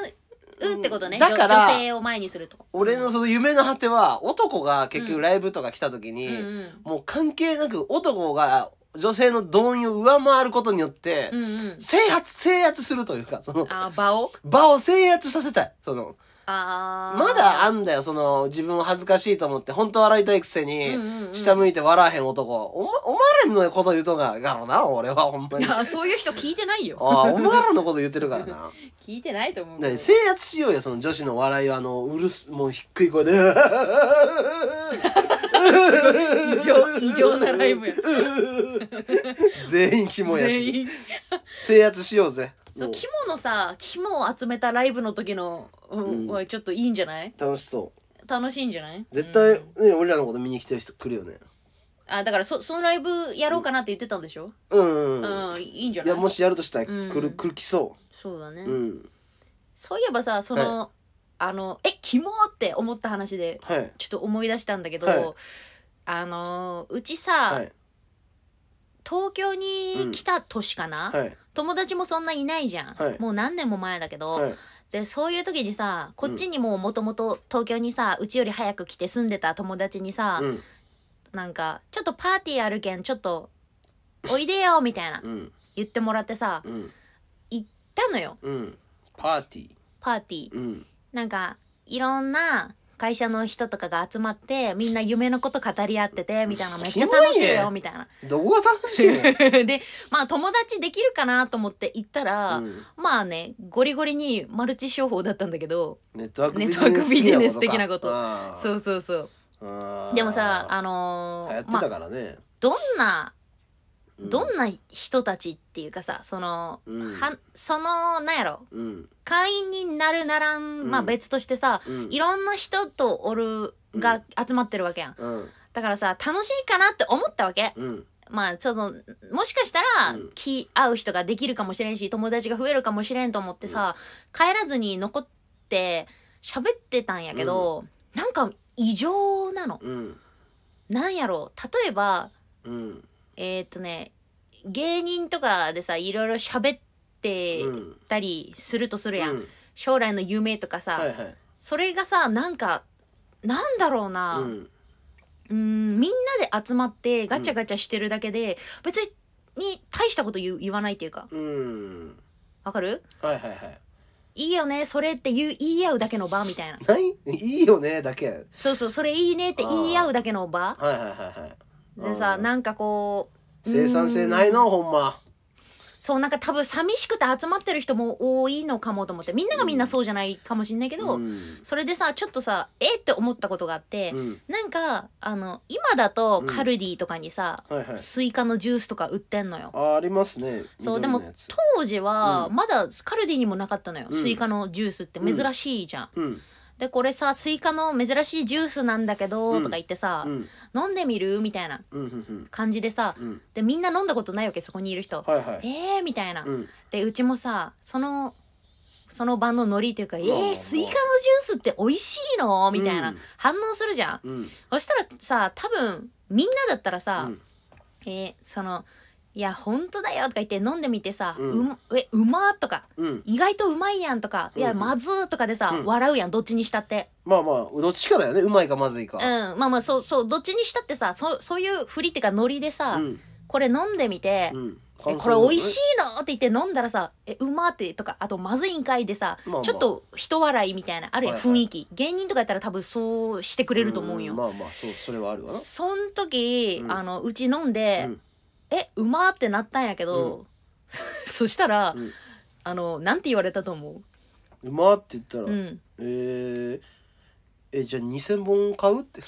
Speaker 1: うってことね、
Speaker 2: うん
Speaker 1: だ
Speaker 2: だ
Speaker 1: か
Speaker 2: からら
Speaker 1: 女性を前にすると
Speaker 2: 俺のその夢の果ては男が結局ライブとか来た時
Speaker 1: う
Speaker 2: に、
Speaker 1: んうん
Speaker 2: もう関係なく男が女性の動員を上回ることによって、
Speaker 1: うんうん
Speaker 2: 制圧制圧するというかその
Speaker 1: あー場を
Speaker 2: 場を制圧させたいその
Speaker 1: あー
Speaker 2: まだあんだよその自分を恥ずかしいと思って本当笑いたいくせに、
Speaker 1: うんうんうん
Speaker 2: 下向いて笑わへん男お,、ま、お前らのこと言うとんがやろな俺はほんま
Speaker 1: い
Speaker 2: にあ
Speaker 1: やそういう人聞いてないよ
Speaker 2: あお前らのこと言ってるか らな
Speaker 1: 聞いてないと思うけど
Speaker 2: ね制圧しようよその女子の笑いをあのうるすもう低い声で
Speaker 1: 異常異常なライブや
Speaker 2: 全員キモいやつ
Speaker 1: 全員
Speaker 2: 制圧しようぜ
Speaker 1: そう
Speaker 2: もう
Speaker 1: 肝のさ肝を集めたライブの時の、うん
Speaker 2: うん
Speaker 1: はちょっといいんじゃない
Speaker 2: 楽しそう
Speaker 1: 楽しいんじゃない
Speaker 2: 絶対、
Speaker 1: う
Speaker 2: ね
Speaker 1: ん、
Speaker 2: 俺らのこと見に来てる人来るよね
Speaker 1: あだからそそのライブやろうかなって言ってたんでしょ、
Speaker 2: うんう、
Speaker 1: うん
Speaker 2: うん
Speaker 1: んいいんじゃ
Speaker 2: い
Speaker 1: ない
Speaker 2: やもしやるとしたら来る、
Speaker 1: うん
Speaker 2: 来る来そ
Speaker 1: そうだね、
Speaker 2: ううん
Speaker 1: そういえばさその、あのえキモって思った話で
Speaker 2: はい
Speaker 1: ちょっと思い出したんだけど、
Speaker 2: はい
Speaker 1: あのうちさ、
Speaker 2: はい
Speaker 1: 東京に来た年かな、
Speaker 2: はい
Speaker 1: 友達もそんないないじゃん、
Speaker 2: はい
Speaker 1: もう何年も前だけど、
Speaker 2: はい
Speaker 1: でそういう時にさこっちにももともと東京にさうちより早く来て住んでた友達にさ、
Speaker 2: うん
Speaker 1: なんかちょっとパーティーあるけんちょっとおいでよみたいな
Speaker 2: うん
Speaker 1: 言ってもらってさ
Speaker 2: うん
Speaker 1: 行ったのよ
Speaker 2: うんパーティー
Speaker 1: パーティー
Speaker 2: うん
Speaker 1: なんかいろんな会社の人とかが集まってみんな夢のこと語り合っててみたいなめっちゃ
Speaker 2: キモいね
Speaker 1: 楽しいよみたいな。
Speaker 2: どこが楽しいの、
Speaker 1: でまあ友達できるかなと思って行ったら、
Speaker 2: うん
Speaker 1: まあねゴリゴリにマルチ商法だったんだけど
Speaker 2: ネットワーク
Speaker 1: ネットワークビジネス的なことそううそうそう
Speaker 2: あー
Speaker 1: でもさあの
Speaker 2: 流行
Speaker 1: ー
Speaker 2: って
Speaker 1: ま
Speaker 2: た
Speaker 1: あ
Speaker 2: からね、
Speaker 1: どんな
Speaker 2: うん
Speaker 1: どんな人たちっていうかさその、
Speaker 2: うん
Speaker 1: はそのなんやろ
Speaker 2: うん
Speaker 1: 会員になるならんまあ
Speaker 2: うん
Speaker 1: 別としてさ、
Speaker 2: うん
Speaker 1: いろんな人とおるが集まってるわけやん
Speaker 2: うん
Speaker 1: だからさ楽しいかなって思ったわけ
Speaker 2: うん
Speaker 1: まあそのもしかしたら
Speaker 2: うん
Speaker 1: 気合う人ができるかもしれんし友達が増えるかもしれんと思ってさ、帰らずに残って喋ってたんやけど、なんか異常なの
Speaker 2: うん
Speaker 1: なんやろう例えば
Speaker 2: うん
Speaker 1: えーっとね芸人とかでさいろいろ喋って
Speaker 2: うん
Speaker 1: たりするとするやん、
Speaker 2: うん
Speaker 1: 将来の夢とかさ、
Speaker 2: はいはい
Speaker 1: それがさなんかなんだろうな、
Speaker 2: う
Speaker 1: うん
Speaker 2: ん
Speaker 1: ーんみんなで集まってガチャガチャしてるだけで、別に大したこと言う言わないっていうか
Speaker 2: うん
Speaker 1: わかる
Speaker 2: はいはいはい
Speaker 1: いいよねそれって言う言い合うだけの場みたいな
Speaker 2: ないいいよねだけはい
Speaker 1: そうそうそれいいねって言い合うだけの場
Speaker 2: はいはいはい
Speaker 1: でさ
Speaker 2: うん
Speaker 1: なんかこう
Speaker 2: 生産性ないう
Speaker 1: ーん
Speaker 2: のほんま
Speaker 1: そうなんか多分寂しくて集まってる人も多いのかもと思ってみんながみんなそうじゃないかもしんないけど、
Speaker 2: うん
Speaker 1: それでさちょっとさえって思ったことがあって、
Speaker 2: うん
Speaker 1: なんかあの今だとカルディとかにさ、
Speaker 2: はいはい
Speaker 1: スイカのジュースとか売ってんのよ
Speaker 2: あありますね
Speaker 1: そう
Speaker 2: 緑のやつ
Speaker 1: 当時は
Speaker 2: うん
Speaker 1: まだカルディにもなかったのよ、
Speaker 2: うん
Speaker 1: スイカのジュースって珍しいじゃん、
Speaker 2: うん
Speaker 1: でこれさスイカの珍しいジュースなんだけど
Speaker 2: うん
Speaker 1: とか言ってさ
Speaker 2: う、ん
Speaker 1: 飲んでみるみたいな
Speaker 2: うんうん
Speaker 1: 感じでさ
Speaker 2: うんうん
Speaker 1: でみんな飲んだことないわけそこにいる人、
Speaker 2: はいはい
Speaker 1: えーみたいな、
Speaker 2: うん
Speaker 1: でうちもさそのその場のノリというか「え
Speaker 2: まあまあま
Speaker 1: ー、
Speaker 2: あ
Speaker 1: スイカのジュースって美味しいの?」みたいな、
Speaker 2: うん
Speaker 1: 反応するじゃん
Speaker 2: うん
Speaker 1: そしたらさ多分みんなだったらさ、
Speaker 2: うん
Speaker 1: えーその「いや本当だよ」とか言って飲んでみてさ「
Speaker 2: うん
Speaker 1: うまえうま」とか
Speaker 2: うん
Speaker 1: 「意外とうまいやん」とか「いや
Speaker 2: うん
Speaker 1: まず」とかでさ、
Speaker 2: うん
Speaker 1: 笑うやんどっちにしたって
Speaker 2: まあまあどっちかだよねうまいかまずいか
Speaker 1: うんまあまあそうそうどっちにしたってさそそういうふりっていうかノリでさ、
Speaker 2: うん
Speaker 1: これ飲んでみて
Speaker 2: う、ん
Speaker 1: えこれ美味しいのって言って飲んだらさ「えうま」ってとかあと「まずいんかい」でさ、
Speaker 2: まあまあ
Speaker 1: ちょっと人笑いみたいなあるやん、
Speaker 2: はいはい
Speaker 1: 雰囲気芸人とかやったら多分そうしてく
Speaker 2: く
Speaker 1: れると思うよ、
Speaker 2: まあまあそうそれはあるわな
Speaker 1: そん時、
Speaker 2: うん
Speaker 1: あのうち飲んで、
Speaker 2: うん
Speaker 1: えうまーってなったんやけど、 そしたら、
Speaker 2: うん
Speaker 1: あのなんて言われたと思
Speaker 2: うまって言ったら
Speaker 1: う、うん、
Speaker 2: えーえじゃあ2000本買うって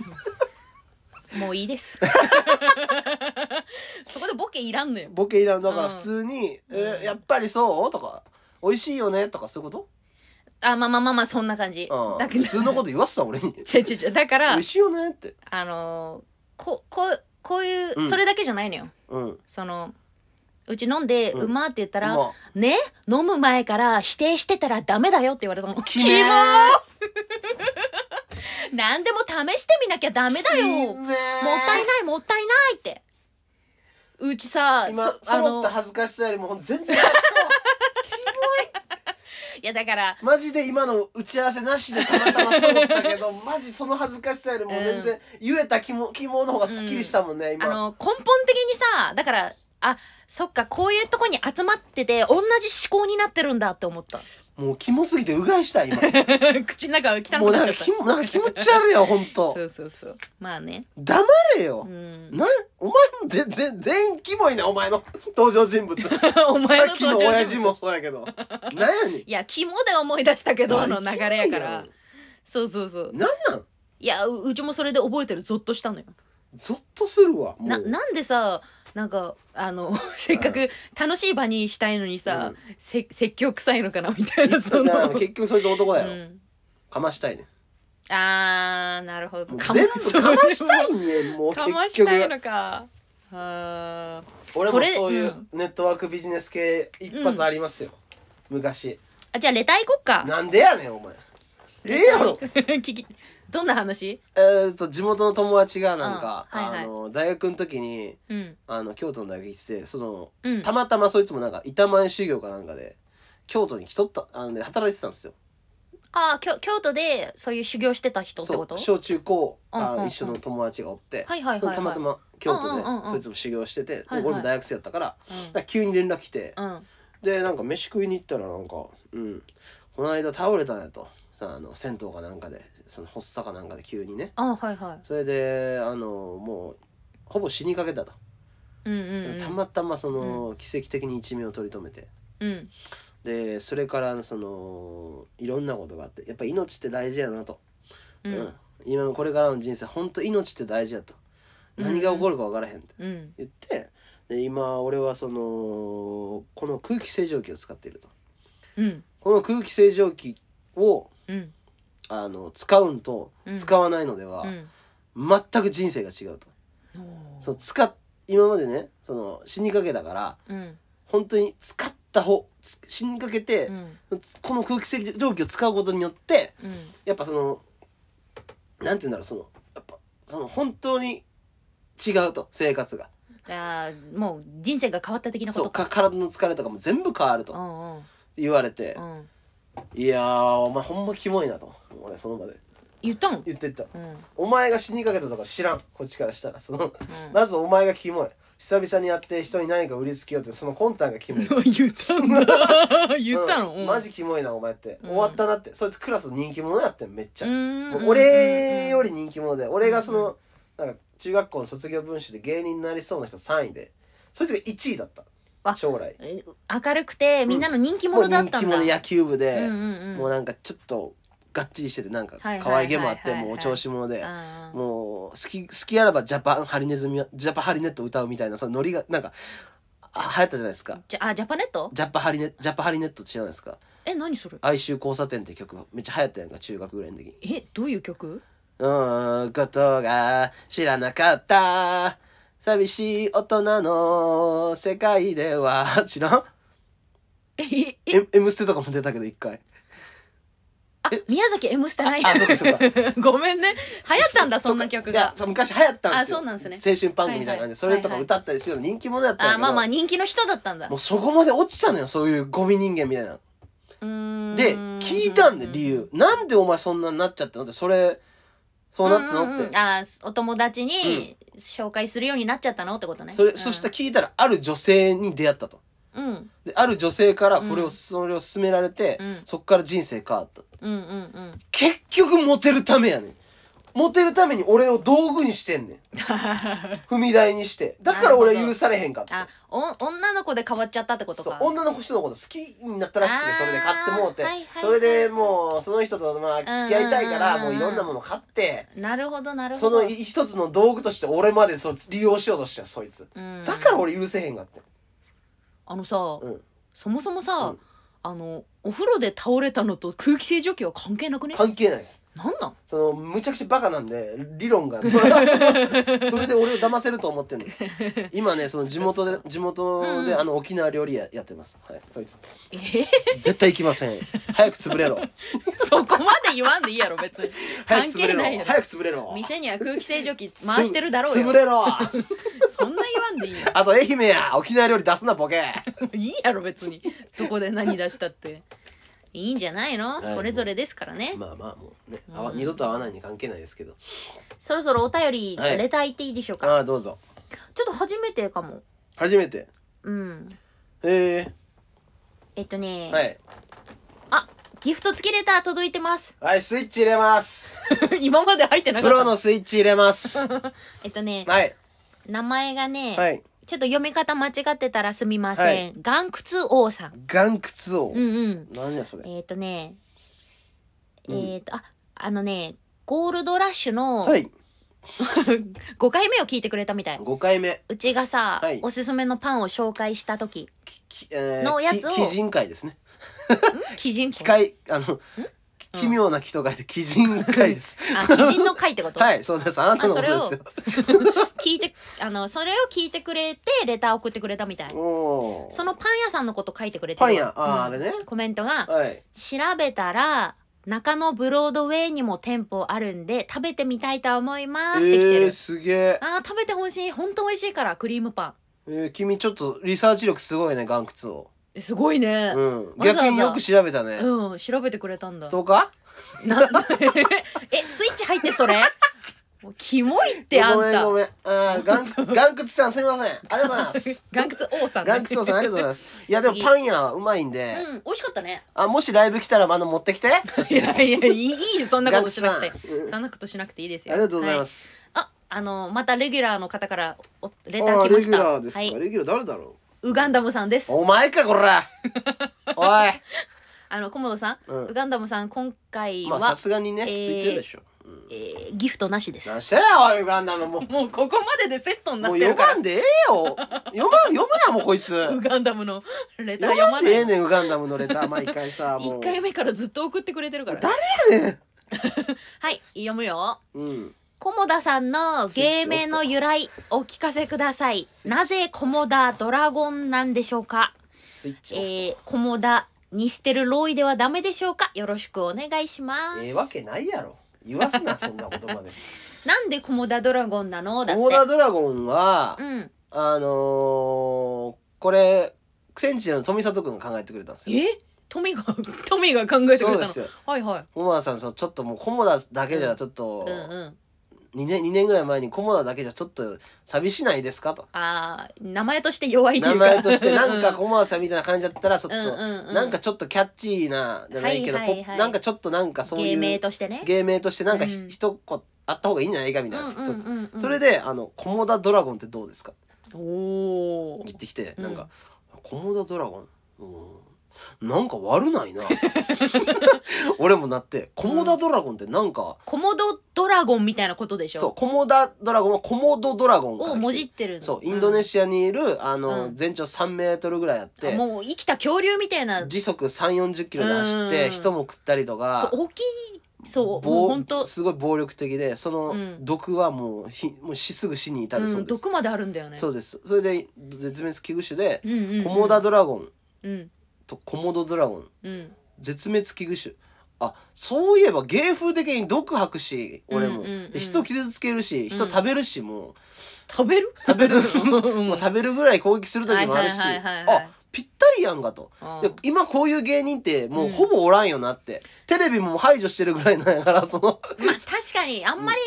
Speaker 2: 言っ
Speaker 1: もういいです そこでボケいらんのよ
Speaker 2: たボケいらんだから
Speaker 1: うん
Speaker 2: 普通に「え
Speaker 1: う
Speaker 2: ー
Speaker 1: ん
Speaker 2: やっぱりそう?」とか「美味しいよね?」とかそういうこ
Speaker 1: あまあまあまあまあそんな感じ
Speaker 2: と、うん、
Speaker 1: だけど
Speaker 2: 普通のこと言わせた俺に「
Speaker 1: ちょちょちょだか
Speaker 2: 美
Speaker 1: ら
Speaker 2: 味しいよね?」って
Speaker 1: あのーここうこういう、
Speaker 2: うん
Speaker 1: それだけじゃないのよ
Speaker 2: うん
Speaker 1: そのうち飲んで、
Speaker 2: う
Speaker 1: うんまーって言ったら、
Speaker 2: ま
Speaker 1: ね飲む前から否定してたらダメだよって言われたの
Speaker 2: あキメ
Speaker 1: 何でも試してみなきゃダメだよもっ
Speaker 2: もった
Speaker 1: いないもったいないってうちさ
Speaker 2: 今
Speaker 1: そあ
Speaker 2: サボっ
Speaker 1: の
Speaker 2: た恥ずかしさよりも全然やったわ
Speaker 1: いやだから
Speaker 2: マジで今の打ち合わせなしでたまたまサボった けどマジその恥ずかしさよりも全然言えた希望希望の方がすっきりしたもんね、
Speaker 1: あ
Speaker 2: 今
Speaker 1: の根本的にさだからあそっかこういうとこに集まってて同じ思考になってるんだって思った
Speaker 2: もうキモすぎてうがいした今
Speaker 1: 口の中が汚
Speaker 2: もう
Speaker 1: くな
Speaker 2: な
Speaker 1: っ
Speaker 2: ん
Speaker 1: ちゃっ
Speaker 2: か
Speaker 1: た
Speaker 2: 気もなんか気持ち悪いよ本当
Speaker 1: そうそうそうまあね
Speaker 2: 黙れよ
Speaker 1: う、ん
Speaker 2: なお前ぜぜ全員キモいなお前の登場人物さ
Speaker 1: お前
Speaker 2: っきの
Speaker 1: 登場
Speaker 2: 親
Speaker 1: 人
Speaker 2: 父
Speaker 1: 物
Speaker 2: もそうやけど何やねん
Speaker 1: いや肝で思い出したけどの流れやか
Speaker 2: 誰
Speaker 1: ら
Speaker 2: キモ
Speaker 1: そうそうそう
Speaker 2: いやろなんなん
Speaker 1: いやううちもそれで覚えてるゾッとしたのよ
Speaker 2: ゾッとするわもう
Speaker 1: ななんでさなんかあの せっかく楽しい場にしたいのにさ、せ説教臭いのかなみたいなそ
Speaker 2: だ
Speaker 1: の
Speaker 2: から結局そいつ男だよ、
Speaker 1: うん
Speaker 2: かましたいね
Speaker 1: あーなるほど
Speaker 2: もう
Speaker 1: かま
Speaker 2: 全部かましたいねもう
Speaker 1: かま
Speaker 2: 結
Speaker 1: したい
Speaker 2: 局
Speaker 1: のかあー
Speaker 2: 俺
Speaker 1: そ
Speaker 2: も
Speaker 1: れ
Speaker 2: そういう
Speaker 1: うん
Speaker 2: ネットワークビジネス系一発ありますよ、昔
Speaker 1: あじゃあレター行こっか
Speaker 2: なんでやねんお前ええやろ
Speaker 1: 聞きどんな話
Speaker 2: えーっと地元の友達がなんか、
Speaker 1: うんはいはい
Speaker 2: あの大学の時に
Speaker 1: うん
Speaker 2: あの京都の大学行っててその
Speaker 1: うん
Speaker 2: たまたまそいつもなんか板前修行かなんかで京都に来とったあの、ね、働いてたんですよ。
Speaker 1: ああ京京都でそういう修行してた人って
Speaker 2: そ
Speaker 1: こ
Speaker 2: う
Speaker 1: と
Speaker 2: 小中高あ
Speaker 1: うんうんう
Speaker 2: の
Speaker 1: ん
Speaker 2: 一緒の友達がおって、
Speaker 1: はいはいはいはい
Speaker 2: たまたま京都で
Speaker 1: うんうんうん
Speaker 2: そいつも修行してて、
Speaker 1: はいはい
Speaker 2: 俺も大学生やったからだから急に連絡来て、
Speaker 1: うんうん
Speaker 2: でなんか飯食いに行ったらなんか「うんこの間倒れたね」と「さあの銭湯かなんかでその発作かなんかで急にね
Speaker 1: あはいは
Speaker 2: それであのもうほぼ死にかけた
Speaker 1: い
Speaker 2: と、
Speaker 1: うんうん、うん、
Speaker 2: たまたまその、奇跡的に一命を取り留めて
Speaker 1: うん
Speaker 2: でそれからそのいろんなことがあってやっぱ命って大事やなと、
Speaker 1: うん
Speaker 2: うん今のこれからの人生本当命って大事やと何が起こるか分からへんって
Speaker 1: うん
Speaker 2: 言ってで今俺はそのこの空気清浄機を使っていると
Speaker 1: うん
Speaker 2: この空気清浄機を
Speaker 1: うん
Speaker 2: あの使うんと
Speaker 1: うん
Speaker 2: 使わないのでは、
Speaker 1: うん
Speaker 2: 全く人生が違うと、
Speaker 1: おー
Speaker 2: そう使っ今までねその死にかけだから
Speaker 1: うん
Speaker 2: 本当に使った方つ死にかけて
Speaker 1: う、ん
Speaker 2: この空気清浄機を使うことによって
Speaker 1: うん
Speaker 2: やっぱそのなんて言うんだろうそのやっぱその本当に違うと生活が
Speaker 1: あーもう人生が変わった的なこ
Speaker 2: そう
Speaker 1: とか
Speaker 2: か体の疲れとかも全部変わる
Speaker 1: う
Speaker 2: と
Speaker 1: んうん
Speaker 2: 言われて
Speaker 1: うん
Speaker 2: いやーお前ほんまキモいなと俺その場で
Speaker 1: 言ったもん
Speaker 2: 言ってった
Speaker 1: うんうん
Speaker 2: お前が死にかけたとか知らんこっちからしたらそのまずお前がキモい久々にやって人に何か売りつけようってその魂胆がキモい
Speaker 1: 言ったんだ言ったの、
Speaker 2: う
Speaker 1: うん
Speaker 2: んマジキモいなお前って、
Speaker 1: うん
Speaker 2: 終わったなってそいつクラスの人気者やってんめっちゃ、もう
Speaker 1: 俺
Speaker 2: 俺より人気者で俺がその、なんか中学校の卒業文集で芸人になりそうな人3位でそいつが1位だった
Speaker 1: あ
Speaker 2: 将来
Speaker 1: 明るくてみんなの人気
Speaker 2: もう
Speaker 1: 者だっ
Speaker 2: 人
Speaker 1: た
Speaker 2: 気
Speaker 1: んだ
Speaker 2: 者野球部で、
Speaker 1: うんうんうん
Speaker 2: もうなんかちょっとがっちりしててなんか
Speaker 1: はいはい
Speaker 2: 可愛げもあっ
Speaker 1: はい
Speaker 2: て
Speaker 1: はい
Speaker 2: もうお調子者で
Speaker 1: あー
Speaker 2: もう好き好きあらばジャパンハリネズミジャパハリネット歌うみたいなそのノリがなんかあ流行ったじゃないですか
Speaker 1: じゃあジャパネット
Speaker 2: ジャパハリネジャパハリネット知らないですか
Speaker 1: え何それ
Speaker 2: 哀愁交差点って曲めっちゃ流行ったやんか中学ぐらいの時
Speaker 1: えどういう曲
Speaker 2: うーんことが知らなかった寂しい大人の世界では 知らん
Speaker 1: えええ
Speaker 2: M- ?M ステとかも出たけど一回
Speaker 1: あ
Speaker 2: え
Speaker 1: 宮崎 M スタない
Speaker 2: ああそうかそうか
Speaker 1: ごめんね流行ったんだそんな曲
Speaker 2: いや
Speaker 1: が
Speaker 2: そう昔流行ったんですよ
Speaker 1: あそうなんですね
Speaker 2: 青春パンクみたいな感じで、
Speaker 1: はいはい
Speaker 2: それとか歌ったりするの人気者やったんや
Speaker 1: あ
Speaker 2: けど
Speaker 1: まあまあ人気の人だったんだ
Speaker 2: もうそこまで落ちたのよそういうゴミ人間みたいなで
Speaker 1: で
Speaker 2: 聞いたんで理由なんでお前そんなになっちゃったのってそれそうなったのって、
Speaker 1: あーお友達に紹介するようになっちゃったのってことね
Speaker 2: それ、
Speaker 1: うん
Speaker 2: そして聞いたらある女性に出会ったと
Speaker 1: うんうん
Speaker 2: である女性からこれ
Speaker 1: う
Speaker 2: を、
Speaker 1: ん
Speaker 2: それを勧められて、
Speaker 1: うん
Speaker 2: そっから人生変わった
Speaker 1: うん うん
Speaker 2: 結局モテるためやねんモテるために俺を道具にしてんねん踏み台にしてだから俺
Speaker 1: なるほど
Speaker 2: 許されへんかった
Speaker 1: あお女の子で変わっちゃったってこと
Speaker 2: そう
Speaker 1: か
Speaker 2: 女の子人のこと好きになったらしくて
Speaker 1: あー
Speaker 2: それで買ってもうて、
Speaker 1: はいはいはい
Speaker 2: それでもうその人とまあ付き合いたいから
Speaker 1: うん
Speaker 2: も
Speaker 1: うんうん
Speaker 2: ういろんなもの買って
Speaker 1: なるほどなるほ
Speaker 2: そ
Speaker 1: ど
Speaker 2: の一つの道具として俺までそう利用しようとしたそいつ
Speaker 1: うん
Speaker 2: だから俺許せへんがって
Speaker 1: あのさ
Speaker 2: うん
Speaker 1: そもそも
Speaker 2: う
Speaker 1: さ
Speaker 2: ん
Speaker 1: あのお風呂で倒れたのと空気清浄機は関係なくね
Speaker 2: 関係ないです
Speaker 1: なんなん
Speaker 2: そのむちゃくちゃバカなんで理論 がそれで俺を騙せると思ってんの今ねその地 元で地元
Speaker 1: う
Speaker 2: で
Speaker 1: ん
Speaker 2: あの沖縄料理屋やってますはいそいつ
Speaker 1: え ー
Speaker 2: 絶対行きま せん早く潰れろ
Speaker 1: そこまで言わんでいいやろ別に
Speaker 2: 早く
Speaker 1: 関係
Speaker 2: 潰れ
Speaker 1: ないや
Speaker 2: ろ
Speaker 1: ろ
Speaker 2: 早く潰れろ
Speaker 1: 店には空気清浄機回してるだろう
Speaker 2: 潰
Speaker 1: よ
Speaker 2: れろ
Speaker 1: そんな言わんでいいよ
Speaker 2: あと愛媛 や沖縄料理出すなボケ
Speaker 1: いいやろ別にどこで何出したっていいんじゃないの、
Speaker 2: い
Speaker 1: それぞれですからね、
Speaker 2: まあまあもうね、
Speaker 1: うん
Speaker 2: あわ二度と会わないに関係ないですけど
Speaker 1: そろそろお便り、
Speaker 2: はい
Speaker 1: レター言っていいでしょうか
Speaker 2: ああどうぞ
Speaker 1: ちょっと初めてかも
Speaker 2: 初めて
Speaker 1: うん
Speaker 2: え
Speaker 1: えっとね、
Speaker 2: ー、はい
Speaker 1: ギフト付きレター届いてます
Speaker 2: はいスイッチ入れます
Speaker 1: 今まで入ってなか
Speaker 2: プ
Speaker 1: った
Speaker 2: ロのスイッチ入れ ますは
Speaker 1: えっとね
Speaker 2: い
Speaker 1: 名前がね、
Speaker 2: はい
Speaker 1: ちょっと読み方間違ってたらすみません、
Speaker 2: はい
Speaker 1: 岩窟王さん
Speaker 2: 岩窟
Speaker 1: う
Speaker 2: 王、
Speaker 1: んうん
Speaker 2: 何やそれ
Speaker 1: えっ、とね
Speaker 2: う
Speaker 1: え
Speaker 2: ん
Speaker 1: っ、とああのねゴールドラッシュの
Speaker 2: はい
Speaker 1: 5回目を聞いてくれたみたい
Speaker 2: 5回目
Speaker 1: うちがさ、
Speaker 2: はい
Speaker 1: おすすめのパンを紹介した時
Speaker 2: ききえー
Speaker 1: のやつを
Speaker 2: き鬼人会ですね
Speaker 1: 鬼人
Speaker 2: 機械あのき奇妙な木と書いて鬼人会です
Speaker 1: あ鬼人の会ってこと、
Speaker 2: はいそうですあなたのことですよ
Speaker 1: 聞いてあのそれを聞いてくれてレター送ってくれたみたい
Speaker 2: おー
Speaker 1: そのパン屋さんのこと書いてくれてる
Speaker 2: パン屋あー
Speaker 1: うん
Speaker 2: あれね
Speaker 1: コメントが
Speaker 2: はい
Speaker 1: 「調べたら中野ブロードウェイにも店舗あるんで食べてみたいと思います」って来て
Speaker 2: え
Speaker 1: る、
Speaker 2: ー、すげえ
Speaker 1: あー食べてほしい本当美味しいからクリームパン
Speaker 2: えー、君ちょっとリサーチ力すごいね岩窟王
Speaker 1: えすごいね
Speaker 2: うん
Speaker 1: わざわざ
Speaker 2: 逆によく調べたね
Speaker 1: うん、調べてくれたんだ
Speaker 2: ストーカ
Speaker 1: なえスイッチ入ってそれもうキモいってあん
Speaker 2: ごめんご
Speaker 1: た
Speaker 2: めん。あーがん、がんくつさんすみません。ありがとうございます。
Speaker 1: 岩窟王さんね
Speaker 2: ガンクツオさんありがとうござい ます。いやでも
Speaker 1: 次
Speaker 2: パン屋はうまいんで、
Speaker 1: うん美味しかったね
Speaker 2: あもしライブ来たらまだ持ってきて。
Speaker 1: いやいやいいいいそんなことしなくて
Speaker 2: ガンツさんうん
Speaker 1: そんなことしなくていいですよ、
Speaker 2: ありがとうございますす。
Speaker 1: はいああのまたレギュラーの方からおレ
Speaker 2: あ
Speaker 1: ター
Speaker 2: ー
Speaker 1: 来ま
Speaker 2: レ
Speaker 1: し
Speaker 2: ギュ
Speaker 1: た
Speaker 2: ラーですか。
Speaker 1: はい、
Speaker 2: レギュラー誰だろ
Speaker 1: ウガンダムさんです
Speaker 2: う。お前か こら。おい。
Speaker 1: あの菰田さん、
Speaker 2: うん
Speaker 1: ウガンダムさん今回は、
Speaker 2: まあさすがにね、
Speaker 1: え
Speaker 2: つ
Speaker 1: ー
Speaker 2: いてるでしょ。
Speaker 1: えーギフトなしです
Speaker 2: なんしてだよおいウガンダ のもう。
Speaker 1: もうここまででセットにな
Speaker 2: も
Speaker 1: っ
Speaker 2: う
Speaker 1: てる
Speaker 2: 読
Speaker 1: か
Speaker 2: ま
Speaker 1: ら
Speaker 2: んでええよ。読ま読むなもうこ いつ。
Speaker 1: ウ
Speaker 2: 読
Speaker 1: ガンダムのレター読
Speaker 2: ま
Speaker 1: ま
Speaker 2: ん
Speaker 1: な
Speaker 2: でえ
Speaker 1: い
Speaker 2: えねんウガンダムのレター毎回さ も
Speaker 1: 一
Speaker 2: う。
Speaker 1: 回目からずっと送ってくれてるから
Speaker 2: 誰やねん。
Speaker 1: はい読むよ
Speaker 2: うん。
Speaker 1: 菰田さんの芸名の由来お聞かせくださいなぜ菰田ドラゴンなんでしょうか
Speaker 2: スイッチオフ。
Speaker 1: えー、菰田にしてるロイではダメでしょうかよろしくお願いします、
Speaker 2: ええわけないやろ。言わすなそんなことまで。
Speaker 1: なんで菰田ドラゴンなのだって
Speaker 2: オーダードラゴンは。
Speaker 1: うん
Speaker 2: あのー、これセンチの富里くんが考えてくれたんですよ。
Speaker 1: えトミが トミが考えてく
Speaker 2: そ
Speaker 1: れ
Speaker 2: うで
Speaker 1: たの
Speaker 2: すよ。
Speaker 1: はいはい
Speaker 2: 菰田さんそのちょっともう菰田だけじ
Speaker 1: う
Speaker 2: ゃ
Speaker 1: ん
Speaker 2: ちょっと
Speaker 1: うんうん
Speaker 2: 2年二年ぐらい前に菰田だけじゃちょっと寂しないですかと。
Speaker 1: あー名前として弱いとい
Speaker 2: 名
Speaker 1: うか
Speaker 2: 前 としてなんか
Speaker 1: こ
Speaker 2: 菰田さんみたいな感じだったらちょっ
Speaker 1: うんう
Speaker 2: と
Speaker 1: んうん
Speaker 2: なんかちょっとキャッチーなじゃないけど
Speaker 1: はい
Speaker 2: ポ
Speaker 1: はいはい
Speaker 2: ップなんかちょっとなんかそうい
Speaker 1: 芸名
Speaker 2: う
Speaker 1: としてね
Speaker 2: 芸名としてなんか
Speaker 1: う
Speaker 2: ひ
Speaker 1: ん
Speaker 2: 一個あった方がいいんじゃないかみたいな一つ。
Speaker 1: ん
Speaker 2: それであの菰田ドラゴンってどうですか
Speaker 1: おお
Speaker 2: 言ってきて
Speaker 1: うん
Speaker 2: なんか「コモダドラゴン」うんなんか悪ないなって 俺もなって「コモダドラゴン」ってなんか、
Speaker 1: コモドドラゴンみたいなことでしょ
Speaker 2: そう「コモダドラゴン」は「コモドドラゴンから来
Speaker 1: を
Speaker 2: て」
Speaker 1: もじってるの
Speaker 2: そうインドネ
Speaker 1: シ
Speaker 2: シアにいるあの、
Speaker 1: うん
Speaker 2: 全長3メートルぐらいあって、
Speaker 1: もう生きた恐竜みたいな
Speaker 2: 時速3 4 0キロで走っ
Speaker 1: う
Speaker 2: て
Speaker 1: ん
Speaker 2: 人も食ったりと
Speaker 1: そう
Speaker 2: か。
Speaker 1: 大きいそうもう
Speaker 2: 暴
Speaker 1: ほんと
Speaker 2: すごい暴力的でその
Speaker 1: うん
Speaker 2: 毒はもうひもう死すぐ死に至るそううんです、
Speaker 1: 毒まであるんだよね
Speaker 2: そうですそれで絶滅危惧種で、
Speaker 1: うんうんうん
Speaker 2: コモダドラゴン
Speaker 1: うん
Speaker 2: とコモドドラゴン
Speaker 1: うん
Speaker 2: 絶滅危惧種あそういえば芸風的に毒吐くし俺も、
Speaker 1: うんうんうん
Speaker 2: で人傷つけるし人食べるし、も
Speaker 1: 食べる
Speaker 2: 食べる
Speaker 1: うん
Speaker 2: うもう食べるぐらい攻撃する時もあるし
Speaker 1: はいはいはいはいはい
Speaker 2: あぴったりやんかと、
Speaker 1: う
Speaker 2: で
Speaker 1: ん
Speaker 2: 今こういう芸人ってもううんほぼおらんよなって、テレビも排除してるぐらいなんやからその、
Speaker 1: まあ確かにあんまり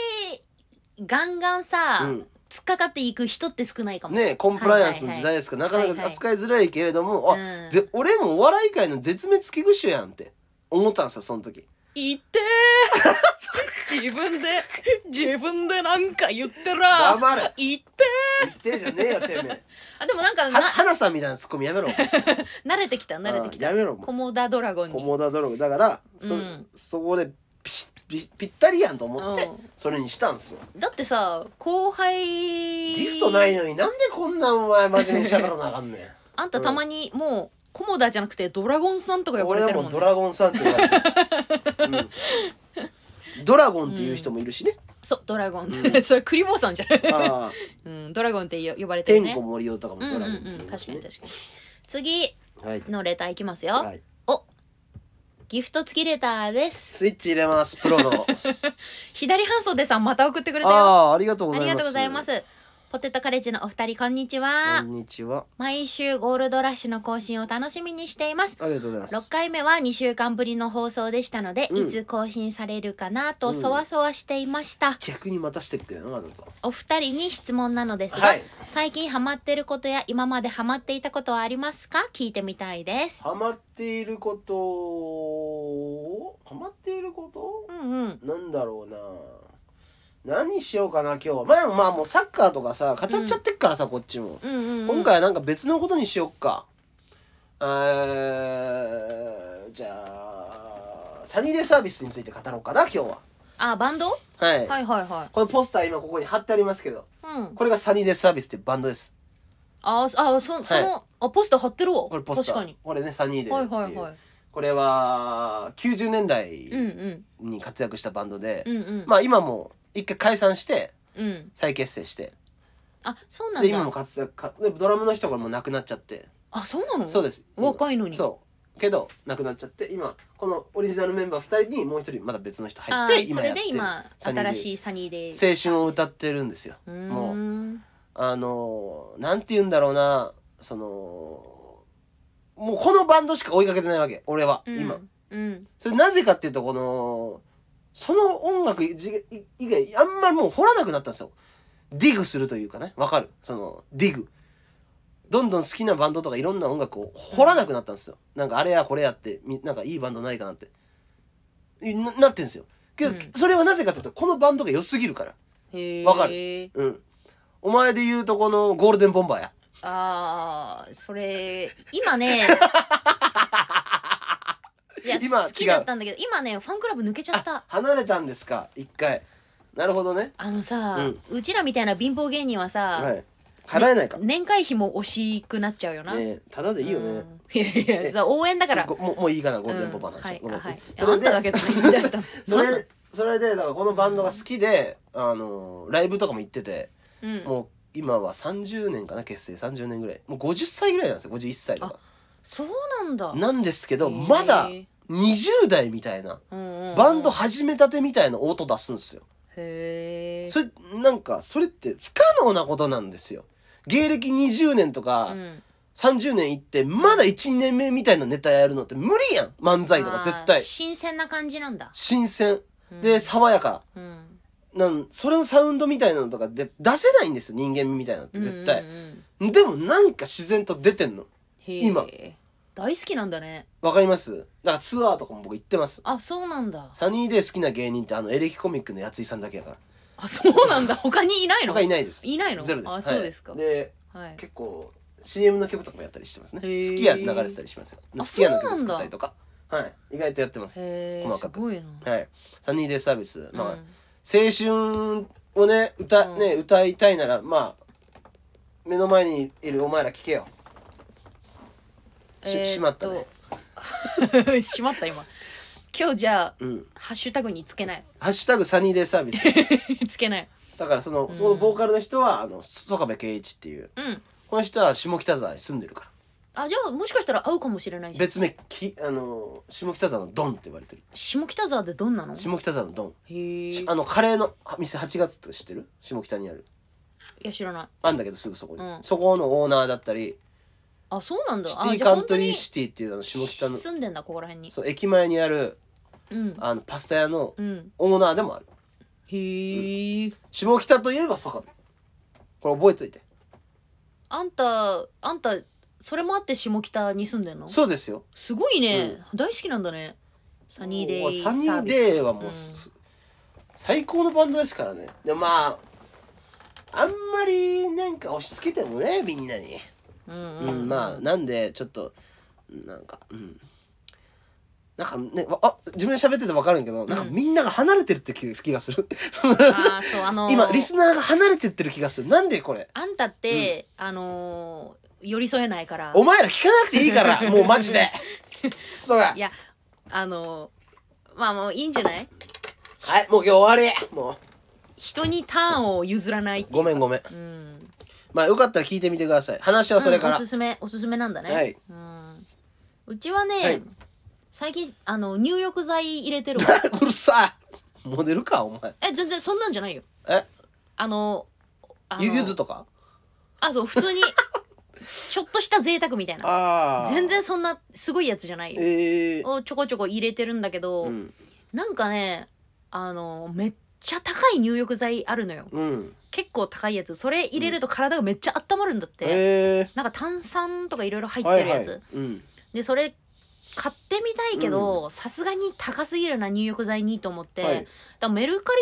Speaker 1: ガンガンさ、
Speaker 2: うん
Speaker 1: 突っかかっていく人って少ないかも、
Speaker 2: ねコンプライアンスの時代ですから、
Speaker 1: いはい
Speaker 2: なかなか扱いづらいけれども、
Speaker 1: うん
Speaker 2: あ、ぜ俺もお笑い界の絶滅危惧種やんって思ったんですよその時。
Speaker 1: 言ってー 自分で自分でなんか言ってら
Speaker 2: 黙れ
Speaker 1: 言って
Speaker 2: 言ってんじゃねえよてめ え。
Speaker 1: ーあでもなんか
Speaker 2: は
Speaker 1: な
Speaker 2: 花さんみたいなツッコミやめろ。
Speaker 1: 慣れてきた慣れてきた
Speaker 2: あーやめろもう
Speaker 1: コモダドラゴンに
Speaker 2: コモダドラゴンだからそ,、
Speaker 1: うん
Speaker 2: そこでピシピピったりやんと思って
Speaker 1: う
Speaker 2: それにしたんすよ
Speaker 1: んだってさ後輩
Speaker 2: ギフトないのになんでこんなお前真面目にしゃべらなあかんねん
Speaker 1: あんたたまにもうコモダじゃなくてドラゴンさんとか呼ば
Speaker 2: 俺
Speaker 1: れ
Speaker 2: は
Speaker 1: てるも
Speaker 2: も
Speaker 1: ん、
Speaker 2: う
Speaker 1: ね
Speaker 2: ド、ラゴンさんって言われてる、うん、ドラゴンっていう人もいるしね、
Speaker 1: そうドラゴンって、 それクリボーさんじゃない、
Speaker 2: ああ
Speaker 1: うん、ドラゴンってよ呼ばれてる
Speaker 2: 天
Speaker 1: ね
Speaker 2: 子森男とかも
Speaker 1: うんう
Speaker 2: ド
Speaker 1: ん
Speaker 2: ラゴンっ
Speaker 1: う
Speaker 2: て言
Speaker 1: ん
Speaker 2: いま
Speaker 1: 確
Speaker 2: す
Speaker 1: か
Speaker 2: ね
Speaker 1: に確かに次
Speaker 2: はい、
Speaker 1: のレターいきますよ、
Speaker 2: はい、
Speaker 1: ギフト付きレターです
Speaker 2: スイッチ入れますプ ロの
Speaker 1: 左半袖さんまた送ってくれた
Speaker 2: あ
Speaker 1: よ
Speaker 2: あありがとうご
Speaker 1: あ
Speaker 2: ざい
Speaker 1: り
Speaker 2: ます
Speaker 1: がとうございます。ポテトカレッジのお二人こんにちは
Speaker 2: こ。んにちは
Speaker 1: 毎週ゴールドラッシュの更新を楽しみにしています。
Speaker 2: ありがとうございます
Speaker 1: 6回目は2週間ぶりの放送でしたので、
Speaker 2: うん
Speaker 1: いつ更新されるかなと
Speaker 2: うん
Speaker 1: そわそわしていました、
Speaker 2: 逆にまたしてってるなわざと
Speaker 1: お二人に質問なのですが、
Speaker 2: はい
Speaker 1: 最近ハマってることや今までハマっていたことはありますか聞いてみたいです
Speaker 2: ハマっていることをハマっているこ
Speaker 1: うんうん
Speaker 2: となんだろうな何しようかな今日前もまあもうサッカーとかさ語っちゃってっからさ、こっちも、
Speaker 1: うんうん、うん、
Speaker 2: 今回はなんか別のことにしよっかえーじゃあサニーデイサービスについて語ろうかな今日は
Speaker 1: あバンド、
Speaker 2: はい、
Speaker 1: はいはいは
Speaker 2: このポスター今ここに貼ってありますけど
Speaker 1: いうん
Speaker 2: これがサニーデイサービスっていうバンドです
Speaker 1: ああそその、あポスター貼ってるわ
Speaker 2: これポスター
Speaker 1: 確かに
Speaker 2: これねサニーデイ
Speaker 1: は
Speaker 2: っ
Speaker 1: い
Speaker 2: ていう、
Speaker 1: はいはい
Speaker 2: これは90年代
Speaker 1: うんうん
Speaker 2: に活躍したバンドで、
Speaker 1: うんうん
Speaker 2: まあ今も一回解散して
Speaker 1: うん
Speaker 2: 再結成して
Speaker 1: あそうなん
Speaker 2: で
Speaker 1: だ
Speaker 2: 今も活躍かでドラムの人がもう亡くなっちゃって、
Speaker 1: あそうなの
Speaker 2: そうです
Speaker 1: 若いのに
Speaker 2: そうけど亡くなっちゃって今このオリジナルメンバー2人にもう一人まだ別の人入
Speaker 1: あ
Speaker 2: って
Speaker 1: そ
Speaker 2: 今や
Speaker 1: れ
Speaker 2: って
Speaker 1: で
Speaker 2: る
Speaker 1: 今
Speaker 2: サニーデイ
Speaker 1: 新しいサニーで
Speaker 2: 青春を歌ってるんですよ
Speaker 1: うーん
Speaker 2: もう
Speaker 1: うん
Speaker 2: あのーなんて言うんだろうなそのもうこのバンドしか追いかけてないわけ俺は今、
Speaker 1: うん
Speaker 2: それなぜかっていうとこのその音楽以外、あんまりもう掘らなくなったんですよ。ディグするというかね、わかるその、ディグ。どんどん好きなバンドとかいろんな音楽を掘らなくなったんですよ。なんかあれやこれやって、みなんかいいバンドないかなって。いななってんですよ。けど、
Speaker 1: うん
Speaker 2: それはなぜかというと、このバンドが良すぎるから。
Speaker 1: へえ
Speaker 2: わかうん。お前で言うとこのゴールデンボンバーや。
Speaker 1: あーそれ今 ねいや
Speaker 2: 今
Speaker 1: 好きだったんだけど今ねファンクラブ抜けちゃった
Speaker 2: あ離れたんですか、一回。なるほどね。
Speaker 1: あのさ、
Speaker 2: う
Speaker 1: うんちらみたいな貧乏芸人はさ、
Speaker 2: はい。払えないか。ね
Speaker 1: 年会費も惜しくなっちゃうよな、
Speaker 2: え、ただでいいよね。
Speaker 1: うん いやいやさ応援だから
Speaker 2: そうごもうもういいかなゴールデンボンバーの
Speaker 1: うんは
Speaker 2: 話、
Speaker 1: い
Speaker 2: ごめん
Speaker 1: あはい
Speaker 2: そ
Speaker 1: あ
Speaker 2: れ
Speaker 1: んただ
Speaker 2: で
Speaker 1: けどね言い出したの
Speaker 2: それそれでだからこのバンドが好きで、あのライブとかも行ってて、
Speaker 1: うん
Speaker 2: もう今は30年かな結成30年ぐらいもう50歳ぐらいなんですよ51歳とか
Speaker 1: そうなんだ
Speaker 2: なんですけど
Speaker 1: へー
Speaker 2: まだ20代みたいな
Speaker 1: うんうんうん
Speaker 2: バンド始めたてみたいな音出すんですよ
Speaker 1: へえ
Speaker 2: それなんかそれって不可能なことなんですよ芸歴20年とか
Speaker 1: うん
Speaker 2: 30年行ってまだ12年目みたいなネタやるのって無理やん漫才とか絶
Speaker 1: あー
Speaker 2: 対
Speaker 1: 新鮮な感じなんだ、
Speaker 2: 新鮮
Speaker 1: うん
Speaker 2: で爽やか
Speaker 1: うん
Speaker 2: なんそれのサウンドみたいなのとかで出せないんですよ人間味みたいなのって絶
Speaker 1: う
Speaker 2: 対
Speaker 1: ん、うんうん
Speaker 2: でもなんか自然と出てんの
Speaker 1: へー
Speaker 2: 今
Speaker 1: 大好きなんだね
Speaker 2: わかりますだからツアーとかも僕行ってます
Speaker 1: あそうなんだ
Speaker 2: サニーデイ好きな芸人ってあのエレキコミックのやついさんだけやから
Speaker 1: あそうなんだ他にいないの
Speaker 2: 他いないです
Speaker 1: いないの
Speaker 2: ゼロです
Speaker 1: あそうですか、
Speaker 2: はいで
Speaker 1: はい、
Speaker 2: 結構 CM の曲とかもやったりしてますね
Speaker 1: へー
Speaker 2: 好きや流れてたりしますよ好
Speaker 1: あ
Speaker 2: きやの
Speaker 1: そうな
Speaker 2: 曲
Speaker 1: んだ
Speaker 2: 作ったりとかはい意外とやってます
Speaker 1: へえ
Speaker 2: 細
Speaker 1: す
Speaker 2: かく
Speaker 1: ごいな、
Speaker 2: はいサニーデイサービスまあ
Speaker 1: うん
Speaker 2: 青春をね歌,、ね
Speaker 1: う
Speaker 2: 歌いたいならまあ目の前にいるお前ら聞けよし、
Speaker 1: えーっと
Speaker 2: しまった ね
Speaker 1: しまった今今日じゃあ
Speaker 2: うん
Speaker 1: ハッシュタグにつけない
Speaker 2: ハッシュタグサニーデイサービ ス
Speaker 1: つけない
Speaker 2: だからその、
Speaker 1: うん
Speaker 2: そのボーカルの人はあの曽我部圭一っていう
Speaker 1: うん
Speaker 2: この人は下北沢に住んでるから
Speaker 1: あじゃあもしかしたら会うかもしれないじゃん
Speaker 2: 別名きあの下北沢のドンって言われてる
Speaker 1: 下北沢でどんなの
Speaker 2: 下北沢のドン、
Speaker 1: へえ
Speaker 2: しあのカレーのあ店8月って知ってる下北にある
Speaker 1: いや知らない
Speaker 2: あんだけどすぐそこに、
Speaker 1: うん
Speaker 2: そこのオーナーだったり
Speaker 1: あそうなんだ
Speaker 2: シ
Speaker 1: あ
Speaker 2: ティ
Speaker 1: じゃ
Speaker 2: カ
Speaker 1: あ
Speaker 2: ン
Speaker 1: 本
Speaker 2: ト
Speaker 1: 当
Speaker 2: リー
Speaker 1: に
Speaker 2: シティっていうあの下北の
Speaker 1: 住んでんだここら辺に
Speaker 2: そう駅前にある
Speaker 1: うん
Speaker 2: あのパスタ屋の
Speaker 1: うん
Speaker 2: オーナーでもある
Speaker 1: へえ
Speaker 2: 下北といえばそここれ覚えといて
Speaker 1: あんたあんたそれもあって下北に住んでんの
Speaker 2: そうですよ
Speaker 1: すごいね、大好きなんだねサニーデイ
Speaker 2: サニーデイはもう、す最高のバンドですからねでもまああんまりなんか押し付けてもねみんなに、
Speaker 1: うんうん
Speaker 2: うん
Speaker 1: うんうん
Speaker 2: まあなんでちょっとなんかうんなんかねわあ自分で喋ってて分かるんけど、なんかみんなが離れてるって気気がする その
Speaker 1: あーそうあのー
Speaker 2: 今リスナーが離れてってる気がするなんでこれ
Speaker 1: あんたって、あのー寄り添えないから
Speaker 2: お前ら聞かなくていいから もうマジでクソが
Speaker 1: いやあのーまあもういいんじゃない
Speaker 2: はいもう今日終わりもう
Speaker 1: 人にターンを譲らないっていう
Speaker 2: ごめんごめん
Speaker 1: うん
Speaker 2: まあよかったら聞いてみてください話はそれから、
Speaker 1: うんおすすめおすすめなんだね、
Speaker 2: はい
Speaker 1: うん、うちはね、
Speaker 2: はい
Speaker 1: 最近あの入浴剤入れてるわ
Speaker 2: うるさいモデルかお前
Speaker 1: え全然そんなんじゃないよ
Speaker 2: え
Speaker 1: あのあの
Speaker 2: ゆゆずとか
Speaker 1: あそう普通にちょっとした贅沢みたいな
Speaker 2: あ
Speaker 1: 全然そんなすごいやつじゃないよ
Speaker 2: ええ
Speaker 1: をちょこちょこ入れてるんだけど、
Speaker 2: うん
Speaker 1: なんかねあのめっちゃ高い入浴剤あるのよ
Speaker 2: うん
Speaker 1: 結構高いやつそれ入れると体がめっちゃ温まるんだって、
Speaker 2: ええ
Speaker 1: なんか炭酸とかいろいろ入っ
Speaker 2: は
Speaker 1: て
Speaker 2: い
Speaker 1: る
Speaker 2: は
Speaker 1: や
Speaker 2: い
Speaker 1: つ、
Speaker 2: うん
Speaker 1: でそれ買ってみたいけどさすがに高すぎるな入浴剤にと思って、
Speaker 2: はい
Speaker 1: だからメルカ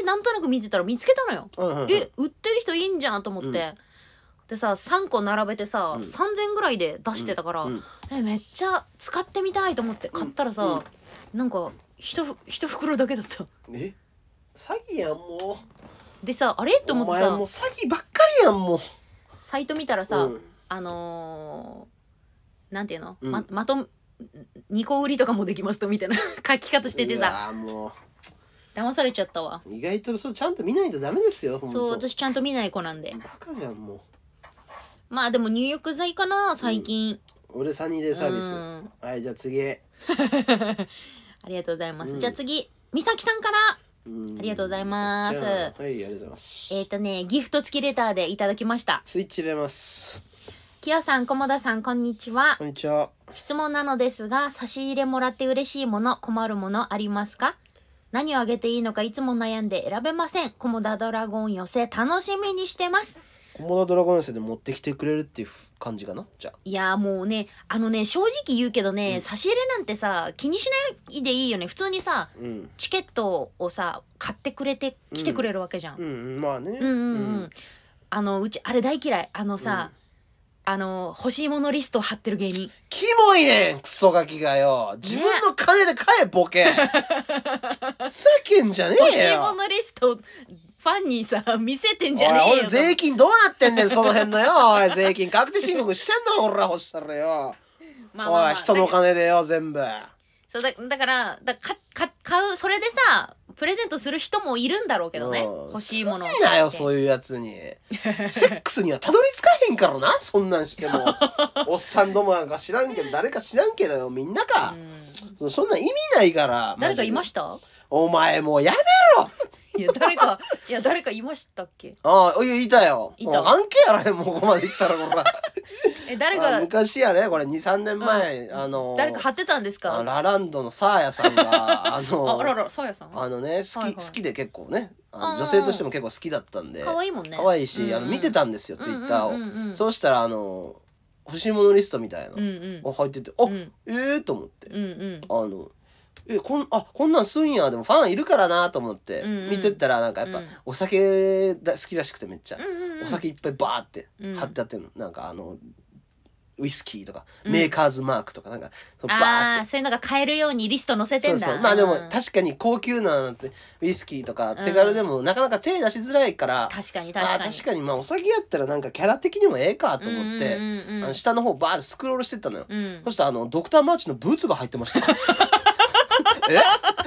Speaker 1: リなんとなく見てたら見つけたのよ、
Speaker 2: はいはいはい
Speaker 1: え売ってる人いいんじゃんと思って、
Speaker 2: うん
Speaker 1: でさ3個並べてさ、
Speaker 2: うん
Speaker 1: 3,000ぐらいで出してたから、
Speaker 2: うん
Speaker 1: えめっちゃ使ってみたいと思って買ったらさ、
Speaker 2: うん
Speaker 1: なんかひとひと袋だけだった
Speaker 2: え詐欺やんも
Speaker 1: でさあれ
Speaker 2: う
Speaker 1: と思っ
Speaker 2: お
Speaker 1: て
Speaker 2: 前もう
Speaker 1: さ
Speaker 2: 詐欺ばっかりやんもう
Speaker 1: サイト見たらさ、
Speaker 2: うん
Speaker 1: あのーなんていうの、
Speaker 2: うん
Speaker 1: ままと2個売りとかもできますとみたいな 書き方しててさ
Speaker 2: うわも
Speaker 1: 騙されちゃったわ
Speaker 2: う意外とそれちゃんと見ないとダメですよほんと
Speaker 1: そう私ちゃんと見ない子なんで
Speaker 2: バカじゃんもう
Speaker 1: まあでも入浴剤かな最近、
Speaker 2: 俺サニーデイサービス
Speaker 1: う
Speaker 2: は
Speaker 1: ん
Speaker 2: いじゃあ次へ
Speaker 1: ありがとうございます、
Speaker 2: うん
Speaker 1: じゃあ次美咲さんから
Speaker 2: うん
Speaker 1: ありがとうございます
Speaker 2: じゃあはいありがとうございます
Speaker 1: えっ、とねギフト付きレターでいただきました
Speaker 2: スイッチ入れます
Speaker 1: きよさんこもださんこんにちは
Speaker 2: こんにちは
Speaker 1: 質問なのですが差し入れもらって嬉しいもの困るものありますか何をあげていいのかいつも悩んで選べません。コモダドラゴン寄せ楽しみにしてます。
Speaker 2: コモダドラゴン寄せで持ってきてくれるっていう感じかなじゃあ
Speaker 1: いやーもうね、あのね、正直言うけどね、
Speaker 2: うん
Speaker 1: 差し入れなんてさ、気にしないでいいよね。普通にさ、
Speaker 2: うん
Speaker 1: チケットをさ、買ってくれて、来てくれるわけじゃん。
Speaker 2: うんうんまあね
Speaker 1: うんうんうん。あの、うち、あれ大嫌い。あのさ、あの、欲しいものリスト貼ってる芸人。
Speaker 2: キモいねんクソガキがよ自分の金で買えボケふざけんじゃね
Speaker 1: 欲し
Speaker 2: え
Speaker 1: い
Speaker 2: よ
Speaker 1: ものリスト、ファンにさ、見せてんじゃね
Speaker 2: おい
Speaker 1: え
Speaker 2: 俺
Speaker 1: よと。
Speaker 2: 税金どうなってんねんその辺のよおい税金確定申告してんのほらほしたらよ
Speaker 1: まあまあまあ
Speaker 2: おい人のお金でよ全部
Speaker 1: そうだだからだかか買うそれでさプレゼントする人もいるんだろうけどね
Speaker 2: うん
Speaker 1: 欲しいものを
Speaker 2: すんなよ
Speaker 1: う
Speaker 2: そういうやつにセックスにはたどり着かへんからなそんなんし てもおっさんどもなんか知らんけど誰か知らんけどよみんなか、
Speaker 1: ん
Speaker 2: そんなん意味ないから
Speaker 1: 誰かいま
Speaker 2: た
Speaker 1: した
Speaker 2: お前もうやめろ
Speaker 1: いや誰かいや誰かいましたっけ
Speaker 2: ああいやいたよ
Speaker 1: いた
Speaker 2: もう関係やらへんもうここまで来たらほら
Speaker 1: え誰
Speaker 2: あ
Speaker 1: が
Speaker 2: 昔やねこれ23年前、
Speaker 1: うん
Speaker 2: あの
Speaker 1: 誰か貼ってたんですか
Speaker 2: あ
Speaker 1: あ
Speaker 2: ラランドのサーヤさん があの
Speaker 1: あららさやさん
Speaker 2: あのね好
Speaker 1: は
Speaker 2: き、
Speaker 1: いはい
Speaker 2: 好きで結構ねあ
Speaker 1: あ
Speaker 2: の
Speaker 1: ー
Speaker 2: 女性としても結構好きだったんで
Speaker 1: 可愛いもんね
Speaker 2: 可愛いし、あの見てたんですよ、ツイッターを、そうしたらあの欲しいものリストみたいな、
Speaker 1: うんうん
Speaker 2: が入っててあ、
Speaker 1: うんうん
Speaker 2: ええと思って、
Speaker 1: うんうん
Speaker 2: あのえこんあこんなんすんやでもファンいるからなと思って、
Speaker 1: うんうん
Speaker 2: 見てったらなんかやっぱ、
Speaker 1: うん
Speaker 2: お酒だ好きらしくてめっちゃ、
Speaker 1: うんうん
Speaker 2: お酒いっぱいバーって
Speaker 1: うん
Speaker 2: 貼ってあってんの、なんかあのウイスキーとか、
Speaker 1: うん
Speaker 2: メーカーズマークとかなんかそのバー
Speaker 1: あ
Speaker 2: っ
Speaker 1: あ
Speaker 2: て。
Speaker 1: そういうのが買えるようにリスト載せて
Speaker 2: そ
Speaker 1: ん
Speaker 2: う
Speaker 1: だ
Speaker 2: そうまあでも
Speaker 1: うん確
Speaker 2: 確かに高級ななんてウイスキーとか手軽でもなかなか手出しづらいから、
Speaker 1: かに確
Speaker 2: あー
Speaker 1: かに
Speaker 2: 確かにまあお酒やったらなんかキャラ的にもええかと思って、
Speaker 1: うんうんうん
Speaker 2: あ
Speaker 1: うん
Speaker 2: の下の方バーってスクロールしてったのよ、
Speaker 1: うん
Speaker 2: そしたらあのドクターマーチのブーツが入ってました え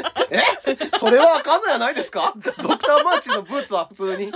Speaker 2: えそれはあかんのやないですかドクターマーチのブーツは普通 に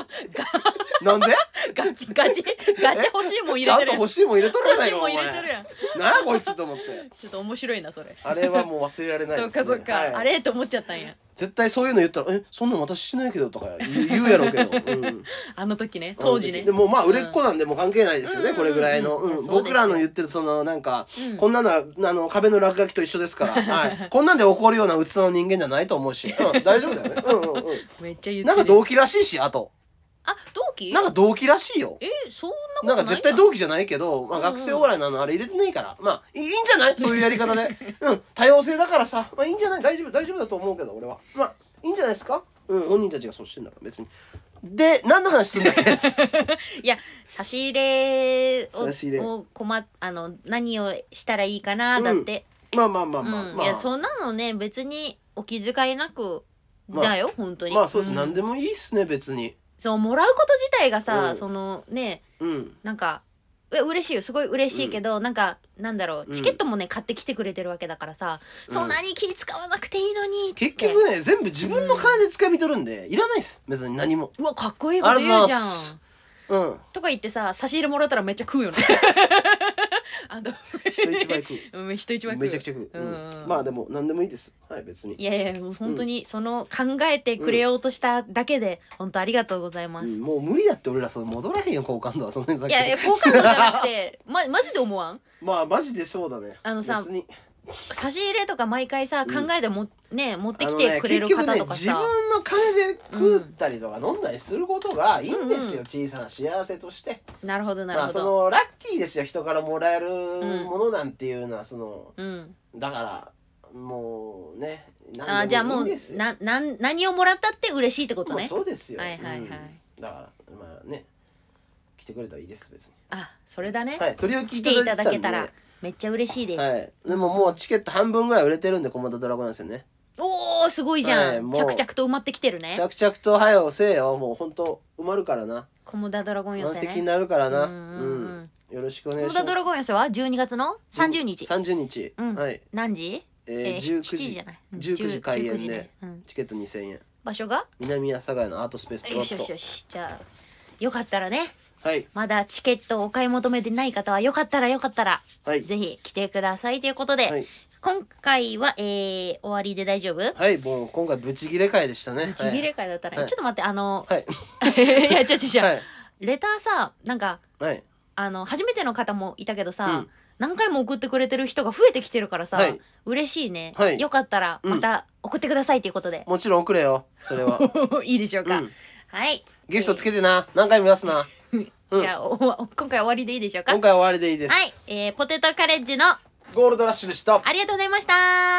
Speaker 2: なんで
Speaker 1: ガチガチガチ欲しいもん入
Speaker 2: ちゃ
Speaker 1: れて
Speaker 2: んと
Speaker 1: る
Speaker 2: 欲しいもん入れとるや
Speaker 1: 欲
Speaker 2: な
Speaker 1: し
Speaker 2: い
Speaker 1: い
Speaker 2: か
Speaker 1: も
Speaker 2: お
Speaker 1: ん入れてる
Speaker 2: 前
Speaker 1: やん
Speaker 2: なんやこいつと思って
Speaker 1: ちょっと面白いなそれ。
Speaker 2: あれはもう忘れられない
Speaker 1: そ
Speaker 2: で
Speaker 1: う
Speaker 2: す、ね、
Speaker 1: かそうか、
Speaker 2: はい
Speaker 1: あれと思っちゃったんや。
Speaker 2: 絶対そういうの言ったら「えそんなん私しないけど」とか言う言うやろうけど、うん
Speaker 1: あの時ね、当時ね
Speaker 2: で。もまあ売れっ子なんでもう関係ないですよね、
Speaker 1: うん
Speaker 2: これぐらいの、
Speaker 1: うん
Speaker 2: う
Speaker 1: そ
Speaker 2: ん
Speaker 1: うですよ
Speaker 2: 僕らの言ってるそのなんか、
Speaker 1: うん
Speaker 2: こんなのはあの壁の落書きと一緒ですから、 はい、こんなんで怒るような器の人間じゃないと思うし、うん、大丈夫だよね、うんうんう
Speaker 1: めっちゃ言って る。
Speaker 2: ん、なんか同期らしいしあと
Speaker 1: あ、同期
Speaker 2: なんか同期らしいよ
Speaker 1: え、そんなことな
Speaker 2: ないんか絶対
Speaker 1: 期
Speaker 2: 同期じゃないけど、まあ、
Speaker 1: うんうん
Speaker 2: 学生お笑いなのあれ入れてないから、まあいいいんじゃないそういうやり 方でうん多様性だからさまあいいんじゃない大丈夫大丈夫だと思うけど俺はまあいいんじゃないですかうん本人たちがそうしてんだから別にで何の話すんだっけ
Speaker 1: いや、差し入れを
Speaker 2: 差し入れ
Speaker 1: を困っあの何をしたらいいかなだって。
Speaker 2: まあまあまあ
Speaker 1: うん。
Speaker 2: まあ、まあ、
Speaker 1: いや、そんなのね別にお気遣いなく。
Speaker 2: まあ
Speaker 1: だよ、本当に
Speaker 2: まあそうです、
Speaker 1: ん
Speaker 2: 何でもいいっすね別に
Speaker 1: そうもらうこと自体がさ、
Speaker 2: うん
Speaker 1: そのね
Speaker 2: うん
Speaker 1: なんかえ嬉しいよすごい嬉しいけど、なんかなんだろ
Speaker 2: う
Speaker 1: うんチケットもね、買ってきてくれてるわけだからさ、
Speaker 2: うん
Speaker 1: そんなに気使わなくていいのにって
Speaker 2: 結局ね全部自分の金で掴み取るんで、いらないっす別に何も
Speaker 1: うわかっこいいこと言
Speaker 2: あ
Speaker 1: う
Speaker 2: りがとうご
Speaker 1: じ
Speaker 2: ざい
Speaker 1: ゃん
Speaker 2: ますうん
Speaker 1: とか言ってさ差し入れもらったらめっちゃ食う よねあの
Speaker 2: 人一倍食う
Speaker 1: うん人一倍食う
Speaker 2: めちゃくちゃ食う、
Speaker 1: う
Speaker 2: うんんまあでも何でもいいですはい別に
Speaker 1: いやいやもう本当にその考えてくれようとしただけで、本当ありがとうございま
Speaker 2: う
Speaker 1: す、
Speaker 2: んもう無理だって俺らそれ戻らへんよ好感度はそんなにさっ
Speaker 1: い
Speaker 2: き
Speaker 1: やいや好感度じゃなく て、ま、マジで思わん
Speaker 2: まあマジでそうだね
Speaker 1: あのさ
Speaker 2: 別に
Speaker 1: 差し入れとか毎回さ
Speaker 2: うん
Speaker 1: 考えても、ね持ってき
Speaker 2: あの
Speaker 1: て
Speaker 2: ね
Speaker 1: くれる
Speaker 2: 結
Speaker 1: 方
Speaker 2: 局ね
Speaker 1: とか
Speaker 2: 自
Speaker 1: さ、
Speaker 2: 分の金で食ったりとか飲んだりすることがいいんですよ、
Speaker 1: う
Speaker 2: 小さな幸せとして
Speaker 1: なるほどなる
Speaker 2: まあ
Speaker 1: ほ
Speaker 2: そ
Speaker 1: ど、
Speaker 2: のラッキーですよ人からもらえる
Speaker 1: ん
Speaker 2: ものなんていうのはその、
Speaker 1: うん
Speaker 2: だからもうね
Speaker 1: あー
Speaker 2: 何
Speaker 1: じ
Speaker 2: で
Speaker 1: ゃあ
Speaker 2: もいい
Speaker 1: も
Speaker 2: ん
Speaker 1: う
Speaker 2: ですよ
Speaker 1: ななん何をもらったって嬉しいってこと
Speaker 2: まあ
Speaker 1: ね、
Speaker 2: そうですよ
Speaker 1: はいはいはい
Speaker 2: うんだからまあね来てくれたらいいです別に
Speaker 1: あそれだね、
Speaker 2: はい取り置き
Speaker 1: 来
Speaker 2: い
Speaker 1: てい
Speaker 2: た
Speaker 1: た
Speaker 2: だ
Speaker 1: だ
Speaker 2: いて
Speaker 1: け
Speaker 2: た
Speaker 1: た
Speaker 2: んで
Speaker 1: らめっちゃ嬉しいです、
Speaker 2: はいでももうチケット半分ぐらい売れてるんでコモダドラゴンなんですよね
Speaker 1: おーすごいじ
Speaker 2: は
Speaker 1: ゃ
Speaker 2: い
Speaker 1: ん、
Speaker 2: もう
Speaker 1: 着々と埋まってきてるね
Speaker 2: 着々と早うせえよもうほんと埋まるからな
Speaker 1: コモダドラゴン寄
Speaker 2: 満
Speaker 1: せ
Speaker 2: 席に
Speaker 1: ね
Speaker 2: なるからな
Speaker 1: う
Speaker 2: うん
Speaker 1: うんうん
Speaker 2: んよろしくお
Speaker 1: コ
Speaker 2: 願い
Speaker 1: モ
Speaker 2: し
Speaker 1: ダ
Speaker 2: ま
Speaker 1: ドラ
Speaker 2: す
Speaker 1: ゴン寄せは12月の30日
Speaker 2: 30日
Speaker 1: うん
Speaker 2: はい
Speaker 1: 何時えー
Speaker 2: えー19
Speaker 1: 7時じ
Speaker 2: 時
Speaker 1: ゃない
Speaker 2: 19時開演
Speaker 1: 19時
Speaker 2: で
Speaker 1: ねうん
Speaker 2: チケット2000円
Speaker 1: 場所が
Speaker 2: 南阿佐ヶ谷のアートスペースプロ
Speaker 1: よしよし
Speaker 2: ッ
Speaker 1: よしじゃあよかったらね
Speaker 2: トはい
Speaker 1: まだチケットをお買い求めてない方はよかったらよかったら
Speaker 2: はい
Speaker 1: ぜひ来てくださいということで、
Speaker 2: はい
Speaker 1: 今回は、えー、終わりで大丈夫
Speaker 2: はいもう今回ブチギレ会でしたね
Speaker 1: ブチギレ会だったら、
Speaker 2: はい
Speaker 1: ちょっと待ってあの、
Speaker 2: はい
Speaker 1: いや違う違う違う、
Speaker 2: はい
Speaker 1: レターさなんか
Speaker 2: はい
Speaker 1: あの初めての方もいたけどさ、
Speaker 2: うん
Speaker 1: 何回も送ってくれてる人が増えてきてるからさ、
Speaker 2: はい
Speaker 1: 嬉しいね、
Speaker 2: はい
Speaker 1: よかったら
Speaker 2: うん
Speaker 1: また送ってくださいということ で、
Speaker 2: もちろん送れよそれは、
Speaker 1: いいでしょう
Speaker 2: う
Speaker 1: か、
Speaker 2: ん、
Speaker 1: はい
Speaker 2: ギフトつけてな何回も出すなうん
Speaker 1: じゃあお今回は終わりでいいでしょうか
Speaker 2: 今回は終わりでいいです、
Speaker 1: はい、えー、ポテトカレッジの
Speaker 2: ゴールドラッシュでした
Speaker 1: ありがとうございました